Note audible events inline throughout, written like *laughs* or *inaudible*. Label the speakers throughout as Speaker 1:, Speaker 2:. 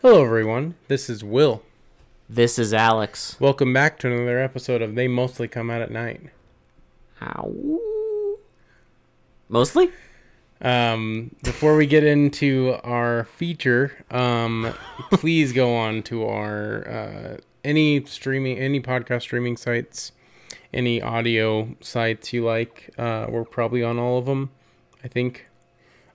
Speaker 1: Hello, everyone. This is Will.
Speaker 2: This is Alex.
Speaker 1: Welcome back to another episode of They Mostly Come Out at Night.
Speaker 2: Ow. Mostly?
Speaker 1: Um, before we get into our feature, um, please go on to our uh, any streaming, any podcast streaming sites, any audio sites you like. Uh, we're probably on all of them, I think.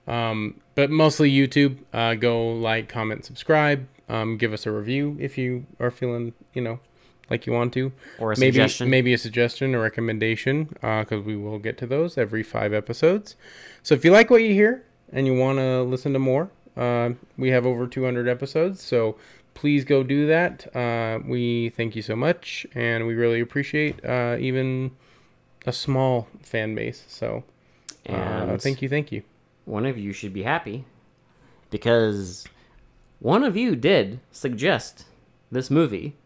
Speaker 1: Um, but mostly YouTube. Uh, go like, comment, subscribe. Um, give us a review if you are feeling, you know, like you want to.
Speaker 2: Or a
Speaker 1: maybe,
Speaker 2: suggestion.
Speaker 1: Maybe a suggestion, a recommendation, because we will get to those every five episodes. So if you like what you hear and you want to listen to more, uh, we have over 200 episodes. So please go do that. Uh, we thank you so much, and we really appreciate uh, even a small fan base. So
Speaker 2: Oh,
Speaker 1: uh,
Speaker 2: And
Speaker 1: thank you, thank you.
Speaker 2: one of you should be happy because one of you did suggest this movie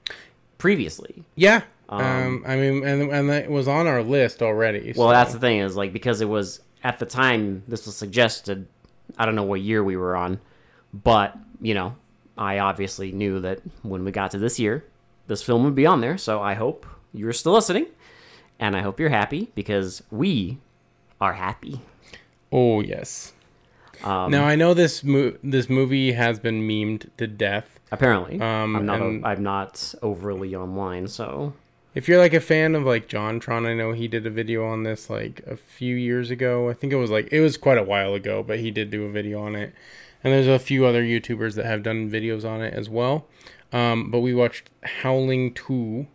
Speaker 2: previously.
Speaker 1: Yeah. Um, I mean, and and that was on our list already.
Speaker 2: Well,
Speaker 1: so-
Speaker 2: that's the thing is like because it was at the time this was suggested, I don't know what year we were on, but you know, I obviously knew that when we got to this year, this film would be on there, so I hope you're still listening and I hope you're happy because we are happy.
Speaker 1: Oh yes.
Speaker 2: Um,
Speaker 1: now I know this mo- this movie has been memed to death.
Speaker 2: Apparently,
Speaker 1: Um,
Speaker 2: I'm not. o
Speaker 1: and-
Speaker 2: I'm not overly online, so
Speaker 1: If you're like a fan of like JonTron, I know he did a video on this like a few years ago. I think it was like it was quite a while ago, but he did do a video on it. And there's a few other YouTubers that have done videos on it as well. Um, but we watched Howling Two.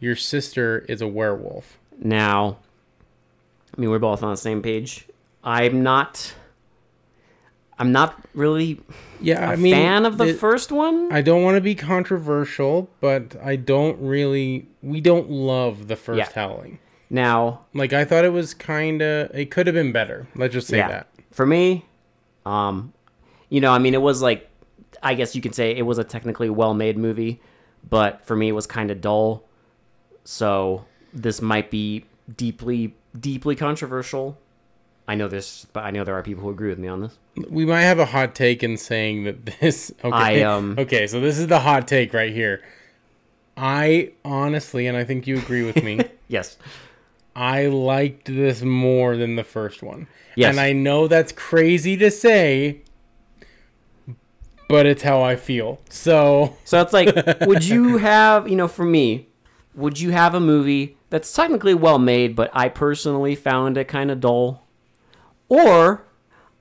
Speaker 1: Your sister is a werewolf.
Speaker 2: now. I mean, we're both on the same page. I'm not. I'm not really
Speaker 1: Yeah, I
Speaker 2: a
Speaker 1: mean,
Speaker 2: fan of the
Speaker 1: it-
Speaker 2: first one.
Speaker 1: I don't want to be controversial, but I don't really. We don't love the first
Speaker 2: Yeah.
Speaker 1: Howling.
Speaker 2: now,
Speaker 1: Like I thought it was kind of. It could have been better. Let's just say
Speaker 2: yeah,
Speaker 1: that.
Speaker 2: for me, um, you know, I mean, it was like, I guess you could say it was a technically well-made movie, but for me, it was kind of dull. So this might be deeply, deeply controversial. I know this, but I know there are people who agree with me on this.
Speaker 1: We might have a hot take in saying that this. *laughs* Okay.
Speaker 2: I, um,
Speaker 1: okay, so this is the hot take right here. I honestly, and I think you agree with
Speaker 2: *laughs*
Speaker 1: me.
Speaker 2: Yes.
Speaker 1: I liked this more than the first one.
Speaker 2: Yes.
Speaker 1: And I know that's crazy to say, but it's how I feel. So.
Speaker 2: So it's like, would you have, you know, for me, would you have a movie that's technically well made, but I personally found it kind of dull? Or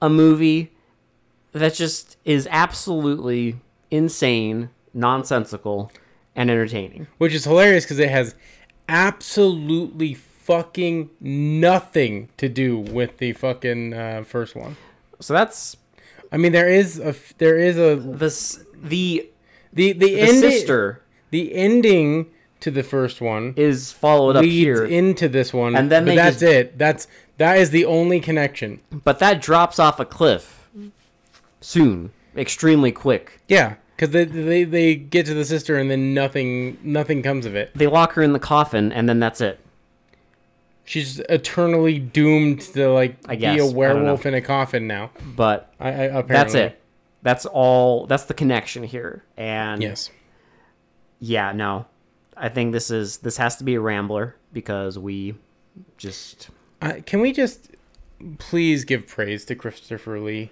Speaker 2: a movie that just is absolutely insane, nonsensical, and entertaining?
Speaker 1: which is hilarious because it has absolutely fucking nothing to do with the fucking uh, first one.
Speaker 2: So that's
Speaker 1: I mean, there is a f- there is a
Speaker 2: the, s- the,
Speaker 1: the the,
Speaker 2: the
Speaker 1: ending
Speaker 2: sister
Speaker 1: the ending to the first one
Speaker 2: is followed up
Speaker 1: leads
Speaker 2: here,
Speaker 1: into this one,
Speaker 2: And then
Speaker 1: but
Speaker 2: they
Speaker 1: that's
Speaker 2: just-
Speaker 1: it. That's that is the only connection.
Speaker 2: but that drops off a cliff soon, extremely quick.
Speaker 1: Yeah, because they, they they get to the sister and then nothing nothing comes of it.
Speaker 2: They lock her in the coffin, and then that's it.
Speaker 1: She's eternally doomed to like
Speaker 2: I guess. I
Speaker 1: be a
Speaker 2: don't know.
Speaker 1: werewolf in a coffin now.
Speaker 2: But
Speaker 1: I, I apparently
Speaker 2: That's it. That's all. That's the connection here. And
Speaker 1: Yes.
Speaker 2: yeah, no, I think this is this has to be a rambler because we just
Speaker 1: I, can we just please give praise to Christopher Lee?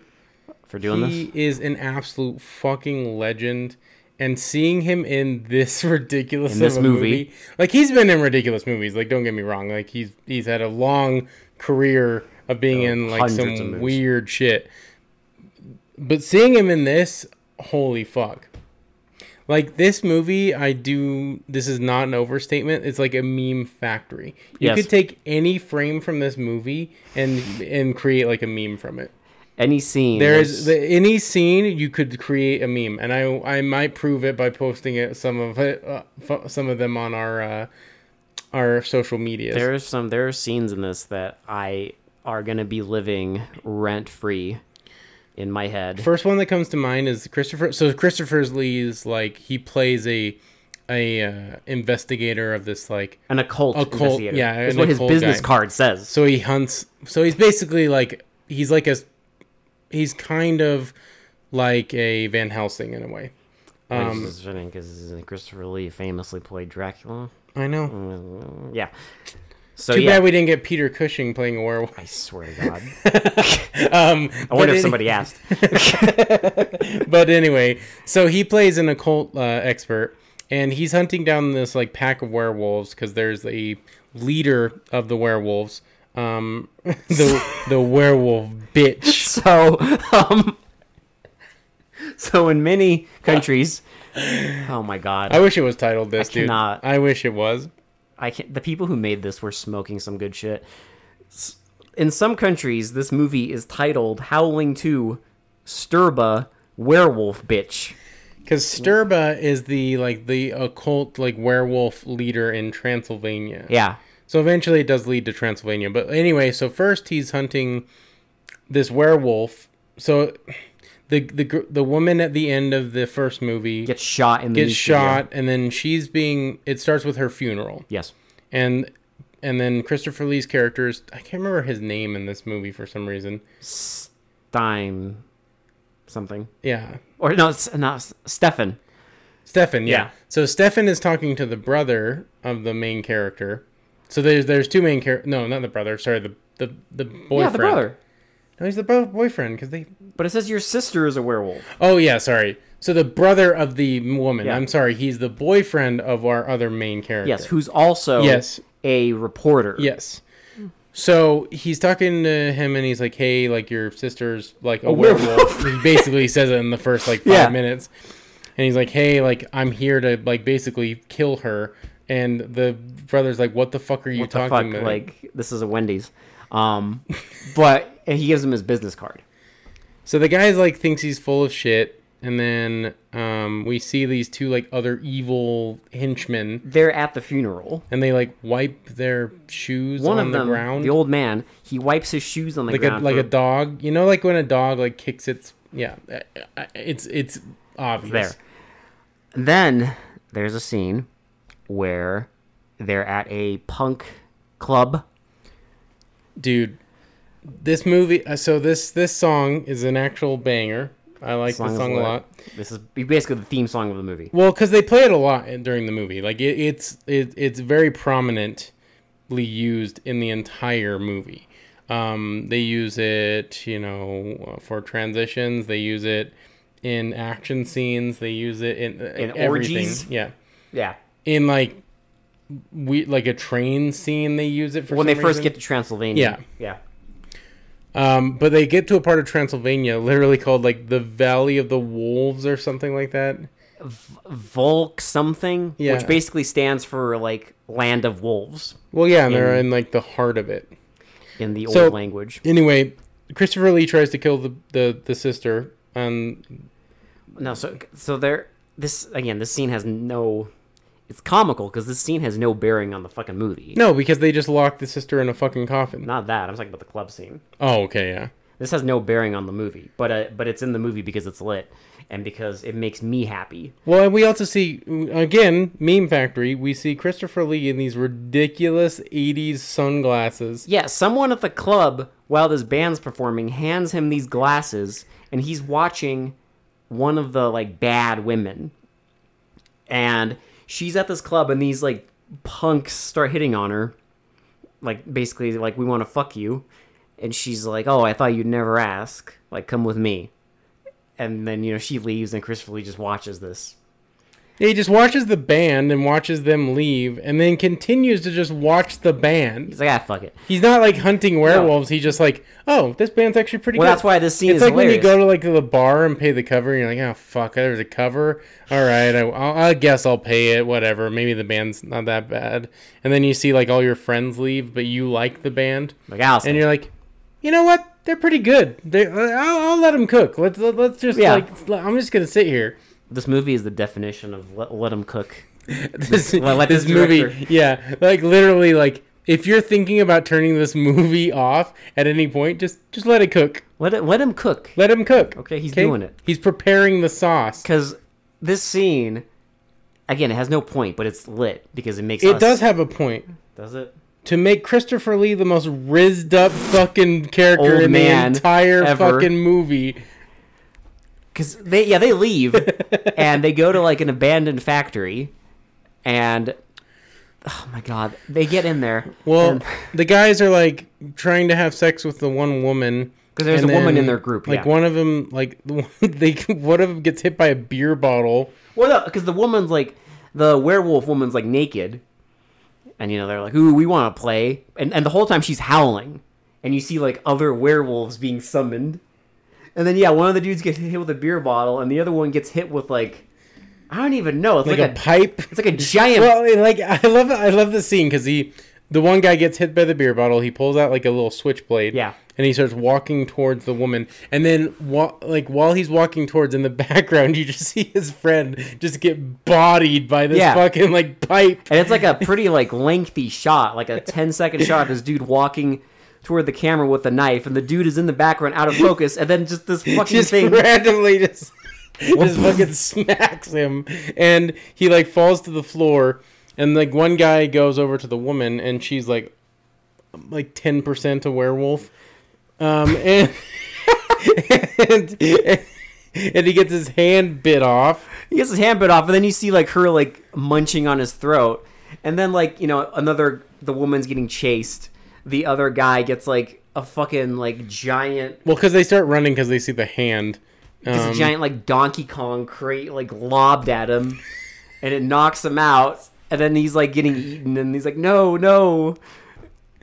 Speaker 2: for doing
Speaker 1: he
Speaker 2: this.
Speaker 1: is an absolute fucking legend, and seeing him in this *laughs* ridiculous
Speaker 2: In this
Speaker 1: of a movie,
Speaker 2: movie.
Speaker 1: like he's been in ridiculous movies. Like, don't get me wrong, like he's he's had a long career of being in like
Speaker 2: Oh, hundreds of
Speaker 1: some
Speaker 2: movies.
Speaker 1: weird shit. But seeing him in this, holy fuck! Like this movie, I do. This is not an overstatement. It's like a meme factory. You
Speaker 2: Yes.
Speaker 1: could take any frame from this movie and and create like a meme from it.
Speaker 2: Any scene
Speaker 1: There is
Speaker 2: that's-
Speaker 1: the, any scene you could create a meme, and I I might prove it by posting it some of it uh, fo- some of them on our uh, our social medias.
Speaker 2: there is some there are scenes in this that I are gonna be living rent free in my head.
Speaker 1: First one that comes to mind is Christopher. So Christopher's Lee's like he plays a a uh, investigator of this like
Speaker 2: An occult,
Speaker 1: Occult,
Speaker 2: investigator
Speaker 1: yeah,
Speaker 2: is
Speaker 1: an
Speaker 2: what his
Speaker 1: occult
Speaker 2: business
Speaker 1: guy.
Speaker 2: card says.
Speaker 1: so he hunts so he's basically like he's like a he's kind of like a Van Helsing in a way.
Speaker 2: Um, this is funny because Christopher Lee famously played Dracula.
Speaker 1: I know.
Speaker 2: Mm, Yeah. So
Speaker 1: Too
Speaker 2: yeah,
Speaker 1: bad we didn't get Peter Cushing playing a werewolf.
Speaker 2: I swear to *laughs* God,
Speaker 1: Um,
Speaker 2: I wonder if somebody asked.
Speaker 1: but anyway, so he plays an occult uh, expert, and he's hunting down this like pack of werewolves because there's a leader of the werewolves, um, *laughs* the the werewolf bitch.
Speaker 2: *laughs* So, um, so in many countries, oh my God,
Speaker 1: I wish it was titled this, dude.
Speaker 2: cannot.
Speaker 1: I wish it was.
Speaker 2: I can't. The people who made this were smoking some good shit. S- In some countries, this movie is titled "Howling Two: Sturba Werewolf Bitch."
Speaker 1: Because Sturba is the like the occult like werewolf leader in Transylvania.
Speaker 2: Yeah,
Speaker 1: So eventually it does lead to Transylvania. But anyway, so first he's hunting this werewolf. So the the gr- the woman at the end of the first movie
Speaker 2: gets shot in the
Speaker 1: gets
Speaker 2: meat
Speaker 1: shot and then she's being it starts with her funeral.
Speaker 2: Yes,
Speaker 1: And and then Christopher Lee's character is I can't remember his name in this movie for some reason.
Speaker 2: Stein, something
Speaker 1: Yeah.
Speaker 2: or no, it's not S- Stefan.
Speaker 1: Stefan, yeah.
Speaker 2: Yeah.
Speaker 1: So Stefan is talking to the brother of the main character. So there's there's two main characters. No, not the brother. Sorry, the the the boyfriend.
Speaker 2: Yeah, the brother.
Speaker 1: No, he's the bro- boyfriend because they
Speaker 2: But it says your sister is a werewolf.
Speaker 1: Oh yeah, sorry. So the brother of the woman.
Speaker 2: Yeah.
Speaker 1: I'm sorry. He's the boyfriend of our other main character.
Speaker 2: Yes, who's also
Speaker 1: Yes.
Speaker 2: a reporter.
Speaker 1: Yes. So he's talking to him, and he's like, "Hey, like your sister's like a,
Speaker 2: werewolf."
Speaker 1: werewolf." he basically says it in the first like five
Speaker 2: Yeah.
Speaker 1: minutes, and he's like, "Hey, like I'm here to like basically kill her." And the brother's like, "What the fuck are you
Speaker 2: What the fuck?
Speaker 1: talking about?"
Speaker 2: Like this is a Wendy's. Um, *laughs* but and he gives him his business card.
Speaker 1: So the guy's like thinks he's full of shit, and then um, we see these two like other evil henchmen
Speaker 2: They're at the funeral.
Speaker 1: and they like wipe their shoes
Speaker 2: One
Speaker 1: on
Speaker 2: of
Speaker 1: the
Speaker 2: them, the,
Speaker 1: ground
Speaker 2: old man, he wipes his shoes on the
Speaker 1: like a
Speaker 2: ground.
Speaker 1: like a
Speaker 2: for-
Speaker 1: dog you know like when a dog like kicks its yeah I- I- it's it's obvious
Speaker 2: there. Then there's a scene where they're at a punk club.
Speaker 1: dude this movie uh, so this this song is an actual banger i like the
Speaker 2: Song is
Speaker 1: song a
Speaker 2: lit.
Speaker 1: lot
Speaker 2: This is basically the theme song of the movie.
Speaker 1: well because they play it a lot in- during the movie like it, it's it, it's very prominently used in the entire movie um, they use it you know for transitions they use it in action scenes they use it in, uh, in everything
Speaker 2: orgies?
Speaker 1: yeah
Speaker 2: Yeah.
Speaker 1: in like we like a train scene they use it for
Speaker 2: When they
Speaker 1: some
Speaker 2: first
Speaker 1: reason.
Speaker 2: get to Transylvania.
Speaker 1: Yeah.
Speaker 2: Yeah.
Speaker 1: um but they get to a part of transylvania literally called like the valley of the wolves or something like that
Speaker 2: Volk something,
Speaker 1: Yeah.
Speaker 2: which basically stands for like land of wolves
Speaker 1: well yeah and
Speaker 2: Mm.
Speaker 1: they're in like the heart of it
Speaker 2: in the
Speaker 1: So-
Speaker 2: old language.
Speaker 1: anyway christopher lee tries to kill the the, the sister and
Speaker 2: No, so so there. This again. This scene has no. It's comical because this scene has no bearing on the fucking movie.
Speaker 1: no because they just locked the sister in a fucking coffin
Speaker 2: Not that. I'm talking about the club scene.
Speaker 1: oh okay yeah
Speaker 2: This has no bearing on the movie, but uh, but it's in the movie because it's lit and because it makes me happy.
Speaker 1: well, and we also see again meme factory. We see Christopher Lee in these ridiculous '80s sunglasses.
Speaker 2: Yeah, someone at the club while this band's performing hands him these glasses and he's watching one of the like bad women. And she's at this club and these like punks start hitting on her. Like basically like we want to fuck you. And she's like, "Oh, I thought you'd never ask. Like come with me." And then, you know, she leaves and Christopher Lee just watches this.
Speaker 1: Yeah, he just watches the band and watches them leave, and then continues to just watch the band.
Speaker 2: He's like, "Ah, fuck it."
Speaker 1: He's not like hunting werewolves. He's just like, oh, this band's actually pretty
Speaker 2: Well,
Speaker 1: good.
Speaker 2: that's why this scene
Speaker 1: it's
Speaker 2: is
Speaker 1: like
Speaker 2: hilarious.
Speaker 1: when you go to like the bar and pay the cover, and you're like, oh fuck, there's a cover. All right, I, I'll, I guess I'll pay it. Whatever. Maybe the band's not that bad. And then you see like all your friends leave, but you like the band,
Speaker 2: like, "Ah, I'll
Speaker 1: and
Speaker 2: stay."
Speaker 1: you're like, you know what? They're pretty good. They, I'll, I'll let them cook. Let's let's just
Speaker 2: Yeah.
Speaker 1: like I'm just gonna sit here. *laughs*
Speaker 2: this movie is the definition of let, let 'em cook.
Speaker 1: this,
Speaker 2: Well, let
Speaker 1: this
Speaker 2: this
Speaker 1: movie
Speaker 2: director-
Speaker 1: yeah like literally like if you're thinking about turning this movie off at any point just just let it cook
Speaker 2: Let it, let him cook.
Speaker 1: let him cook
Speaker 2: Okay, he's doing it.
Speaker 1: he's preparing the sauce
Speaker 2: because this scene again it has no point but it's lit because it makes
Speaker 1: it
Speaker 2: us-
Speaker 1: does have a point
Speaker 2: does it
Speaker 1: to make christopher lee the most rizzed up fucking character
Speaker 2: Old
Speaker 1: in
Speaker 2: man
Speaker 1: the entire
Speaker 2: ever.
Speaker 1: fucking movie
Speaker 2: because they yeah
Speaker 1: *laughs*
Speaker 2: they leave and they go to like an abandoned factory and oh my god they get in there
Speaker 1: Well,
Speaker 2: and-
Speaker 1: the guys are like trying to have sex with the one woman
Speaker 2: 'Cause there's
Speaker 1: and
Speaker 2: a woman in their group,
Speaker 1: Like
Speaker 2: yeah.
Speaker 1: one of them, like *laughs* the one, they one of them gets hit by a beer bottle.
Speaker 2: well because the woman's like the werewolf woman's like naked and you know they're like ooh we want to play and and the whole time she's howling and you see like other werewolves being summoned and then yeah one of the dudes gets hit with a beer bottle and the other one gets hit with like I don't even know it's like,
Speaker 1: like a
Speaker 2: a,
Speaker 1: pipe.
Speaker 2: it's like a giant
Speaker 1: Well, and, like *laughs* I love I love the scene because he, the one guy gets hit by the beer bottle. He pulls out like a little switchblade.
Speaker 2: Yeah.
Speaker 1: And he starts walking towards the woman, and then wa- like while he's walking towards, in the *laughs* background you just see his friend just get bodied by this
Speaker 2: Yeah.
Speaker 1: fucking like pipe.
Speaker 2: And it's like a pretty like lengthy shot, like a 10 second shot of this dude walking toward the camera with a knife and the dude is in the background out of focus and then just this fucking
Speaker 1: just
Speaker 2: thing
Speaker 1: randomly
Speaker 2: *laughs*
Speaker 1: just just fucking smacks him and he like falls to the floor and like one guy goes over to the woman and she's like like 10% a werewolf um *laughs* and and, and he gets his hand bit off
Speaker 2: he gets his hand bit off and then you see like her like munching on his throat and then like you know another the woman's getting chased the other guy gets like a fucking like giant
Speaker 1: well because they start running because they see the hand
Speaker 2: this
Speaker 1: um,
Speaker 2: giant like Donkey Kong crate like lobbed at him, and it knocks him out. And then he's like getting eaten, and he's like, "No, no!"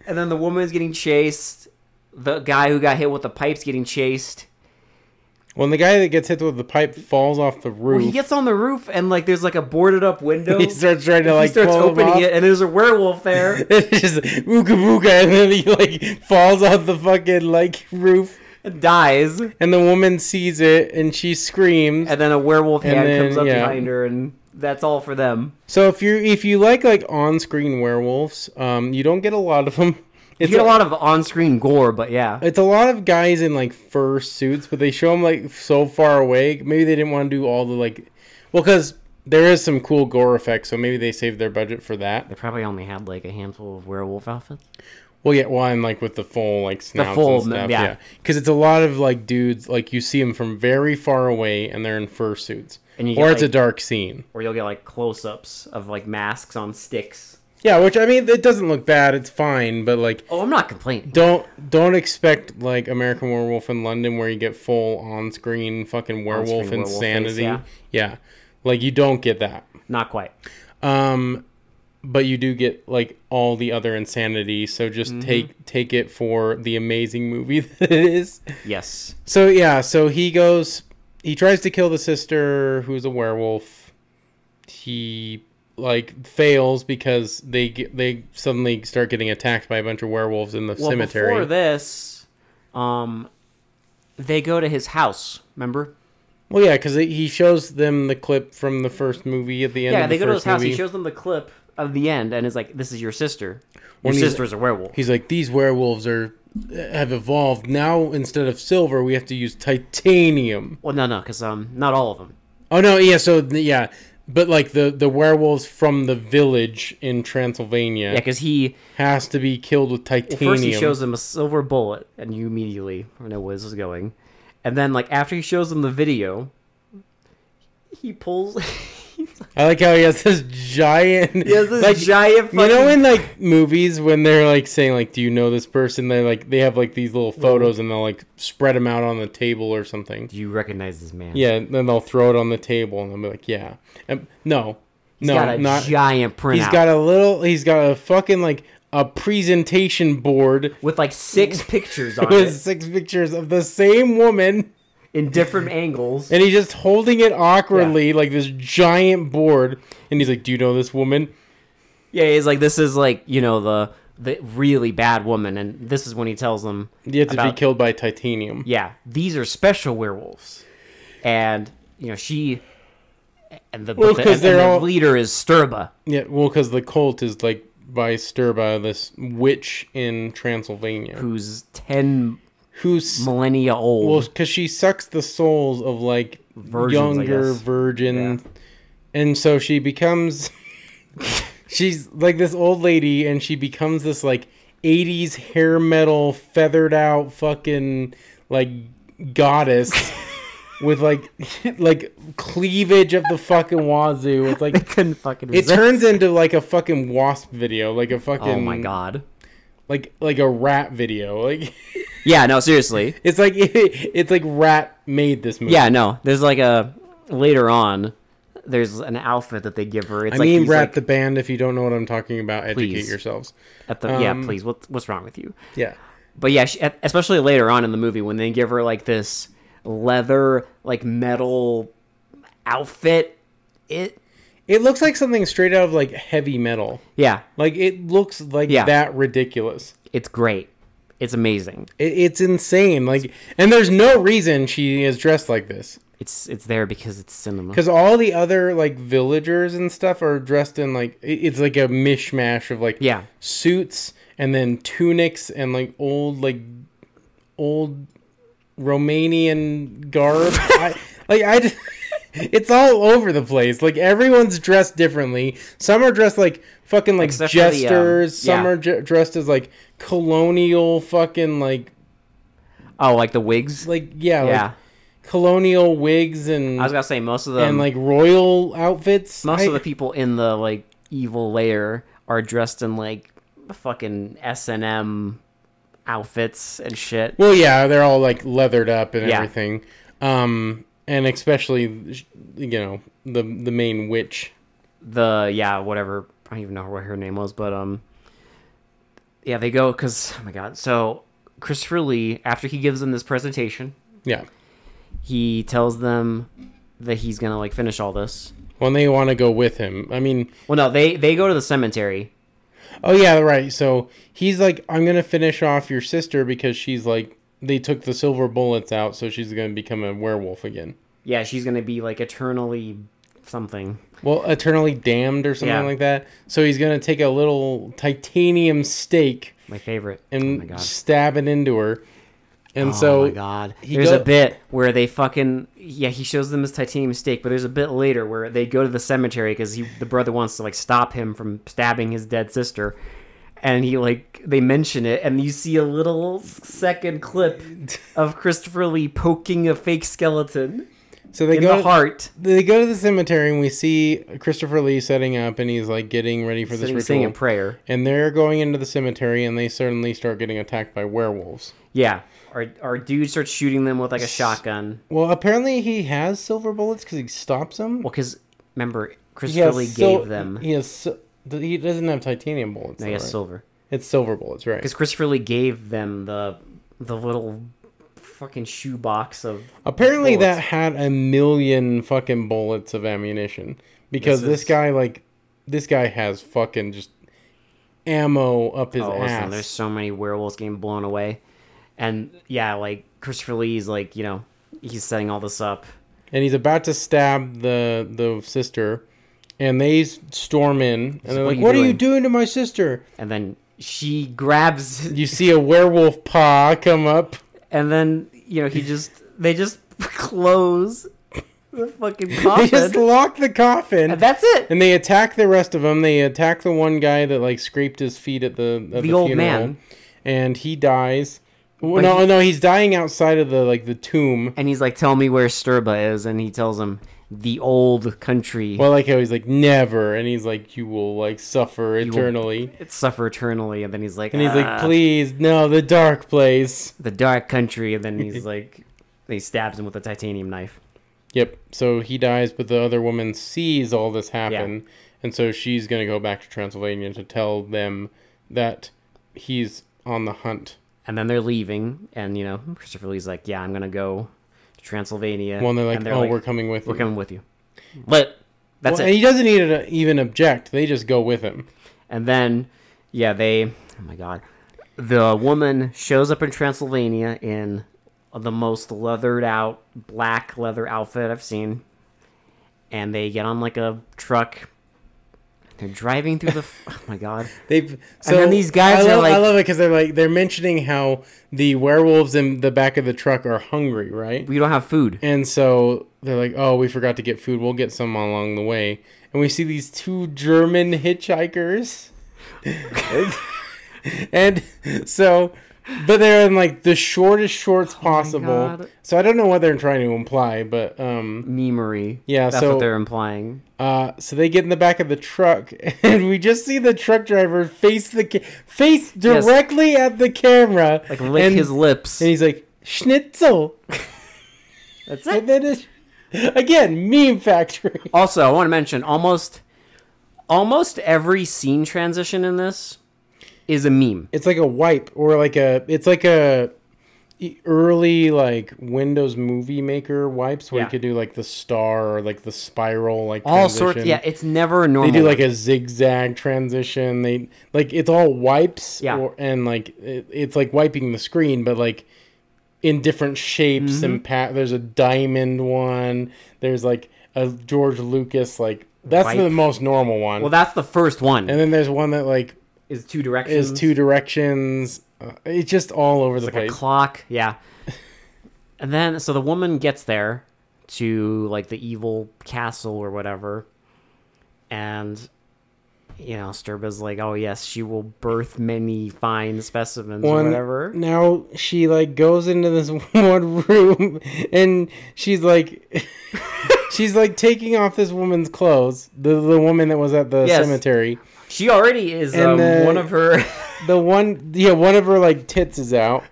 Speaker 2: And then the woman is getting chased. The guy who got hit with the pipe's getting chased.
Speaker 1: when the guy that gets hit with the pipe falls off the roof
Speaker 2: He gets on the roof, and like there's like a boarded up
Speaker 1: *laughs*
Speaker 2: window. *laughs*
Speaker 1: he starts trying to
Speaker 2: he
Speaker 1: like
Speaker 2: starts
Speaker 1: pull him off.
Speaker 2: opening it, and there's a werewolf there.
Speaker 1: It's *laughs* just ooga booga, and then he like falls off the fucking like roof,
Speaker 2: and *laughs* dies,
Speaker 1: and the woman sees it and she screams.
Speaker 2: and then a werewolf
Speaker 1: And
Speaker 2: hand
Speaker 1: then,
Speaker 2: comes up
Speaker 1: yeah.
Speaker 2: behind her, and that's all for them.
Speaker 1: So if you if you like like on screen werewolves, um, you don't get a lot of them.
Speaker 2: You
Speaker 1: It's
Speaker 2: get a lot of on screen gore, but yeah,
Speaker 1: It's a lot of guys in like fur suits, but they show them like so far away. Maybe they didn't want to do all the like, well, because there is some cool gore effects, so maybe they saved their budget for that.
Speaker 2: they probably only had like a handful of werewolf outfits.
Speaker 1: Well, yeah, well, and like with the full like snouts
Speaker 2: full,
Speaker 1: and stuff,
Speaker 2: yeah.
Speaker 1: yeah, because it's a lot of like dudes like you see them from very far away and they're in fursuits,
Speaker 2: And you
Speaker 1: or
Speaker 2: get,
Speaker 1: it's a
Speaker 2: like-
Speaker 1: dark scene.
Speaker 2: or you'll get like close-ups of like masks on sticks.
Speaker 1: Yeah, which I mean, it doesn't look bad. It's fine, but like,
Speaker 2: Oh, I'm not complaining.
Speaker 1: don't don't expect like American Werewolf in London where you get full on screen fucking werewolf
Speaker 2: werewolf face,
Speaker 1: insanity.
Speaker 2: yeah.
Speaker 1: yeah. like you don't get that.
Speaker 2: Not quite.
Speaker 1: Um, but you do get like all the other insanity. So just
Speaker 2: Mm-hmm.
Speaker 1: take take it for the amazing movie *laughs* that it is.
Speaker 2: Yes.
Speaker 1: So yeah, so he goes he tries to kill the sister who's a werewolf. He like fails because they get, they suddenly start getting attacked by a bunch of werewolves in the
Speaker 2: Well,
Speaker 1: cemetery.
Speaker 2: before this, um, they go to his house. Remember?
Speaker 1: well, yeah, cuz he shows them the clip from the first movie at the end
Speaker 2: Yeah,
Speaker 1: of
Speaker 2: they
Speaker 1: the
Speaker 2: go to his
Speaker 1: first
Speaker 2: house.
Speaker 1: movie.
Speaker 2: He shows them the clip of the end, and is like, "This is your sister. Your
Speaker 1: When he's-
Speaker 2: sister's a werewolf."
Speaker 1: He's like these werewolves are have evolved. Now instead of silver, we have to use titanium.
Speaker 2: Well, no, no, because um, not all of them.
Speaker 1: Oh no, yeah, so th- yeah, but like the the werewolves from the village in Transylvania
Speaker 2: Yeah, because he
Speaker 1: has to be killed with titanium.
Speaker 2: First, he shows them a silver bullet, and you immediately know where this is going. And then, like after he shows them the video, he pulls. *laughs* he's
Speaker 1: I like how he has this giant,
Speaker 2: He has this
Speaker 1: like
Speaker 2: giant
Speaker 1: you know,
Speaker 2: fucking-
Speaker 1: *laughs* in like movies when they're like saying like, "Do you know this person?" They like they have like these little photos and they'll like spread them out on the table or something.
Speaker 2: Do you recognize this man?
Speaker 1: Yeah, and then they'll throw it on the table and they'll be like, "Yeah, and, no,
Speaker 2: He's
Speaker 1: no,
Speaker 2: got a
Speaker 1: not."
Speaker 2: giant printout
Speaker 1: He's got a little. He's got a fucking like a presentation board
Speaker 2: with
Speaker 1: *laughs*
Speaker 2: like six pictures on
Speaker 1: with
Speaker 2: it
Speaker 1: six pictures of the same woman, *laughs*
Speaker 2: in different angles.
Speaker 1: and he's just holding it awkwardly like this giant board. And he's like, "Do you know this woman?"
Speaker 2: Yeah, he's like, this is like you know the the really bad woman, and this is when he tells them,
Speaker 1: You have to
Speaker 2: About-
Speaker 1: be killed by titanium.
Speaker 2: yeah, these are special werewolves, and you know she. And the,
Speaker 1: Well,
Speaker 2: but the-
Speaker 1: 'cause
Speaker 2: and the
Speaker 1: they're all-
Speaker 2: leader is Sturba.
Speaker 1: Yeah, well, because the cult is like by Sturba, this witch in Transylvania,
Speaker 2: who's 10
Speaker 1: who's
Speaker 2: millennia old. *laughs*
Speaker 1: well, because she sucks the souls of like
Speaker 2: Virgins, I
Speaker 1: younger
Speaker 2: guess.
Speaker 1: virgin, and so she becomes. *laughs* she's like this old lady, and she becomes this like '80s
Speaker 2: *laughs*
Speaker 1: hair metal feathered out fucking like goddess. with like *laughs* like cleavage of the fucking wazoo. It's
Speaker 2: They
Speaker 1: like
Speaker 2: *laughs* couldn't fucking
Speaker 1: it
Speaker 2: resist.
Speaker 1: turns into like a fucking wasp video, like a fucking
Speaker 2: oh my god.
Speaker 1: like like a rat video. *laughs* Like
Speaker 2: Yeah, no, seriously.
Speaker 1: it's like *laughs* it's like rat made this movie.
Speaker 2: Yeah, no. There's like a later on. There's an outfit that they give her. It's
Speaker 1: I
Speaker 2: like
Speaker 1: mean
Speaker 2: these,
Speaker 1: rat
Speaker 2: like,
Speaker 1: the band. If you don't know what I'm talking about, educate
Speaker 2: Please.
Speaker 1: yourselves.
Speaker 2: at the yeah.
Speaker 1: um,
Speaker 2: Please, what, what's wrong with you?
Speaker 1: Yeah,
Speaker 2: But yeah, she, especially later on in the movie when they give her like this leather like metal outfit. It
Speaker 1: it looks like something straight out of like heavy metal.
Speaker 2: yeah,
Speaker 1: Like it looks like
Speaker 2: Yeah.
Speaker 1: that ridiculous.
Speaker 2: it's great. It's amazing.
Speaker 1: It, it's insane. Like, and there's no reason she is dressed like this
Speaker 2: It's it's there because it's cinema.
Speaker 1: because all the other like villagers and stuff are dressed in like it- it's like a mishmash of like
Speaker 2: Yeah.
Speaker 1: suits and then tunics and like old like old Romanian garb. *laughs* I, like I just. *laughs* It's all over the place. Like everyone's dressed differently. Some are dressed like fucking like
Speaker 2: Except for the, um,
Speaker 1: jesters. Some
Speaker 2: yeah.
Speaker 1: are j- dressed as like colonial fucking like
Speaker 2: Oh, like the wigs.
Speaker 1: like yeah,
Speaker 2: yeah,
Speaker 1: like colonial wigs and
Speaker 2: I was gonna say most of the
Speaker 1: and like royal outfits.
Speaker 2: most
Speaker 1: I-
Speaker 2: of the people in the like evil layer are dressed in like fucking S and M outfits and shit.
Speaker 1: well, yeah, they're all like leathered up and
Speaker 2: Yeah.
Speaker 1: everything. Um, and especially you know the the main witch.
Speaker 2: The yeah, whatever. I don't even know what her name was, but um, yeah, they go because oh my god. So Christopher Lee, after he gives them this presentation,
Speaker 1: Yeah,
Speaker 2: he tells them that he's gonna like finish all this.
Speaker 1: when they want to go with him. I mean,
Speaker 2: Well, no, they they go to the cemetery.
Speaker 1: oh yeah, right. So he's like, I'm gonna finish off your sister because she's like they took the silver bullets out, so she's gonna become a werewolf again.
Speaker 2: Yeah, she's gonna be like eternally something.
Speaker 1: Well, eternally damned or something
Speaker 2: Yeah.
Speaker 1: like that. So he's gonna take a little titanium stake
Speaker 2: My favorite. oh my
Speaker 1: and
Speaker 2: god.
Speaker 1: stab it into her. And
Speaker 2: oh
Speaker 1: so
Speaker 2: my god.
Speaker 1: he
Speaker 2: There's
Speaker 1: go-
Speaker 2: a bit where they fucking yeah, he shows them his titanium steak, but there's a bit later where they go to the cemetery because he the brother wants to like stop him from stabbing his dead sister. And he like they mention it, and you see a little
Speaker 1: *laughs*
Speaker 2: second clip of Christopher Lee poking a fake skeleton
Speaker 1: so they
Speaker 2: in
Speaker 1: go
Speaker 2: the heart,
Speaker 1: they go to the cemetery and we see Christopher Lee setting up and he's like getting ready for this
Speaker 2: sitting,
Speaker 1: ritual.
Speaker 2: saying a prayer.
Speaker 1: and they're going into the cemetery and they suddenly start getting attacked by werewolves.
Speaker 2: Yeah, our our dude starts shooting them with like a shotgun.
Speaker 1: Well, apparently he has silver bullets because he stops them.
Speaker 2: Well, because remember
Speaker 1: he
Speaker 2: Christopher
Speaker 1: has
Speaker 2: Lee
Speaker 1: sil-
Speaker 2: gave them.
Speaker 1: He has. si- He doesn't have titanium bullets.
Speaker 2: I
Speaker 1: though,
Speaker 2: guess
Speaker 1: right?
Speaker 2: silver.
Speaker 1: It's silver bullets, right?
Speaker 2: because Christopher Lee gave them the the little fucking shoebox of
Speaker 1: Apparently,
Speaker 2: bullets.
Speaker 1: that had a million fucking bullets of ammunition because
Speaker 2: This
Speaker 1: this,
Speaker 2: is-
Speaker 1: guy, like, this guy has fucking just ammo up his
Speaker 2: oh listen,
Speaker 1: ass.
Speaker 2: there's so many werewolves getting blown away, and yeah, like Christopher Lee's like you know he's setting all this up.
Speaker 1: and he's about to stab the the sister, and they s- storm in, and they're
Speaker 2: "What
Speaker 1: like,
Speaker 2: are you
Speaker 1: "What are you
Speaker 2: doing?"
Speaker 1: doing to my sister?"
Speaker 2: And then she grabs,
Speaker 1: You see a werewolf paw come up.
Speaker 2: *laughs*
Speaker 1: *laughs*
Speaker 2: and then you know he just they just *laughs* close the fucking
Speaker 1: They
Speaker 2: coffin,
Speaker 1: just lock the coffin,
Speaker 2: and that's it.
Speaker 1: and they attack the rest of them. They attack the one guy that like scraped his feet at the at the,
Speaker 2: The old
Speaker 1: funeral,
Speaker 2: man.
Speaker 1: and he dies. Well, no, no, he's dying outside of the like the tomb.
Speaker 2: And he's like, "Tell me where Sturba is," and he tells him the old country.
Speaker 1: Well, like how he's like never, and he's like you will like suffer eternally,
Speaker 2: it suffer eternally, and then he's like,
Speaker 1: and he's
Speaker 2: "Ah."
Speaker 1: like please no, the dark place.
Speaker 2: the dark country and then he's like he stabs him with a titanium knife
Speaker 1: Yep. So he dies, but the other woman sees all this happen, and so she's gonna go back to Transylvania to tell them that he's on the hunt.
Speaker 2: and then they're leaving and you know christopher lee's like yeah i'm gonna go to transylvania
Speaker 1: Well, and they're like, "Oh, we're
Speaker 2: we're,
Speaker 1: coming with you."
Speaker 2: coming with you but that's
Speaker 1: Well,
Speaker 2: it
Speaker 1: and he doesn't even even object. They just go with him.
Speaker 2: and then yeah they oh my god the woman shows up in transylvania in the most leathered out black leather outfit i've seen and they get on like a truck they're driving through the *laughs* oh my god
Speaker 1: They've so
Speaker 2: then these guys
Speaker 1: I
Speaker 2: are
Speaker 1: love, I
Speaker 2: like-
Speaker 1: love it because they're like they're mentioning how the werewolves in the back of the truck are hungry, right?
Speaker 2: we don't have food
Speaker 1: And so they're like, "Oh, we forgot to get food. We'll get some along the way." And we see these two *laughs* German hitchhikers. and so but they're in like the shortest shorts possible.
Speaker 2: Oh God.
Speaker 1: so I don't know what they're trying to imply, but um,
Speaker 2: Memery.
Speaker 1: Yeah,
Speaker 2: That's
Speaker 1: so-
Speaker 2: what they're implying.
Speaker 1: uh, so they get in the back of the truck, *laughs* and we just see the truck driver face the ca- face directly at the camera,
Speaker 2: Like lick
Speaker 1: and,
Speaker 2: his lips.
Speaker 1: and he's like schnitzel,
Speaker 2: That's
Speaker 1: and
Speaker 2: it.
Speaker 1: then it's, again meme factory. *laughs*
Speaker 2: Also, I want to mention almost almost every scene transition in this is a meme.
Speaker 1: It's like a wipe or like a it's like a e- early like Windows Movie Maker wipes where
Speaker 2: Yeah.
Speaker 1: you could do like the star or like the spiral like
Speaker 2: All sorts.
Speaker 1: transition.
Speaker 2: Yeah, it's never a normal.
Speaker 1: they do
Speaker 2: one.
Speaker 1: like a zigzag transition they like it's all wipes
Speaker 2: Yeah.
Speaker 1: or, and like it, it's like wiping the screen but like in different shapes
Speaker 2: Mm-hmm.
Speaker 1: and pat there's a diamond one there's like a george lucas like that's
Speaker 2: Wipe.
Speaker 1: the most normal one
Speaker 2: well, that's the first one.
Speaker 1: and then there's one that like
Speaker 2: is two directions.
Speaker 1: is two directions uh, it's just all over the
Speaker 2: Mm-hmm. like
Speaker 1: place
Speaker 2: a clock.
Speaker 1: *laughs*
Speaker 2: Yeah. and then so the woman gets there to like the evil castle or whatever, and you know Sturba's like, oh yes, she will birth many fine specimens or
Speaker 1: One-
Speaker 2: whatever.
Speaker 1: now she like goes into this *laughs* one room and she's like *laughs* she's like taking off this woman's clothes the the woman that was at the
Speaker 2: Yes.
Speaker 1: cemetery
Speaker 2: She already is
Speaker 1: And
Speaker 2: um,
Speaker 1: the-
Speaker 2: one
Speaker 1: *laughs*
Speaker 2: of her.
Speaker 1: the one yeah one of her like tits is
Speaker 2: *laughs*
Speaker 1: out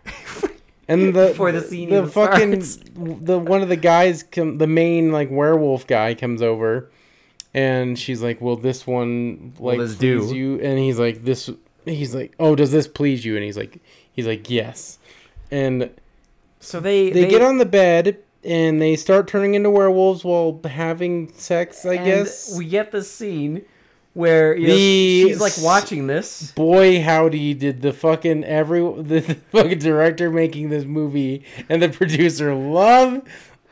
Speaker 1: and the
Speaker 2: Before the scene even
Speaker 1: fucking
Speaker 2: starts.
Speaker 1: the one of the guys come the main like werewolf guy comes over and she's like well this one like
Speaker 2: this do?"
Speaker 1: please you and he's like this he's like oh does this please you and he's like he's like yes and
Speaker 2: so they
Speaker 1: they, get on the bed and they start turning into werewolves while having sex i
Speaker 2: and
Speaker 1: guess
Speaker 2: we get this scene where you know,
Speaker 1: The
Speaker 2: she's like
Speaker 1: s-
Speaker 2: watching this.
Speaker 1: boy howdy did the fucking every *laughs* the, the fucking director making this movie and the producer love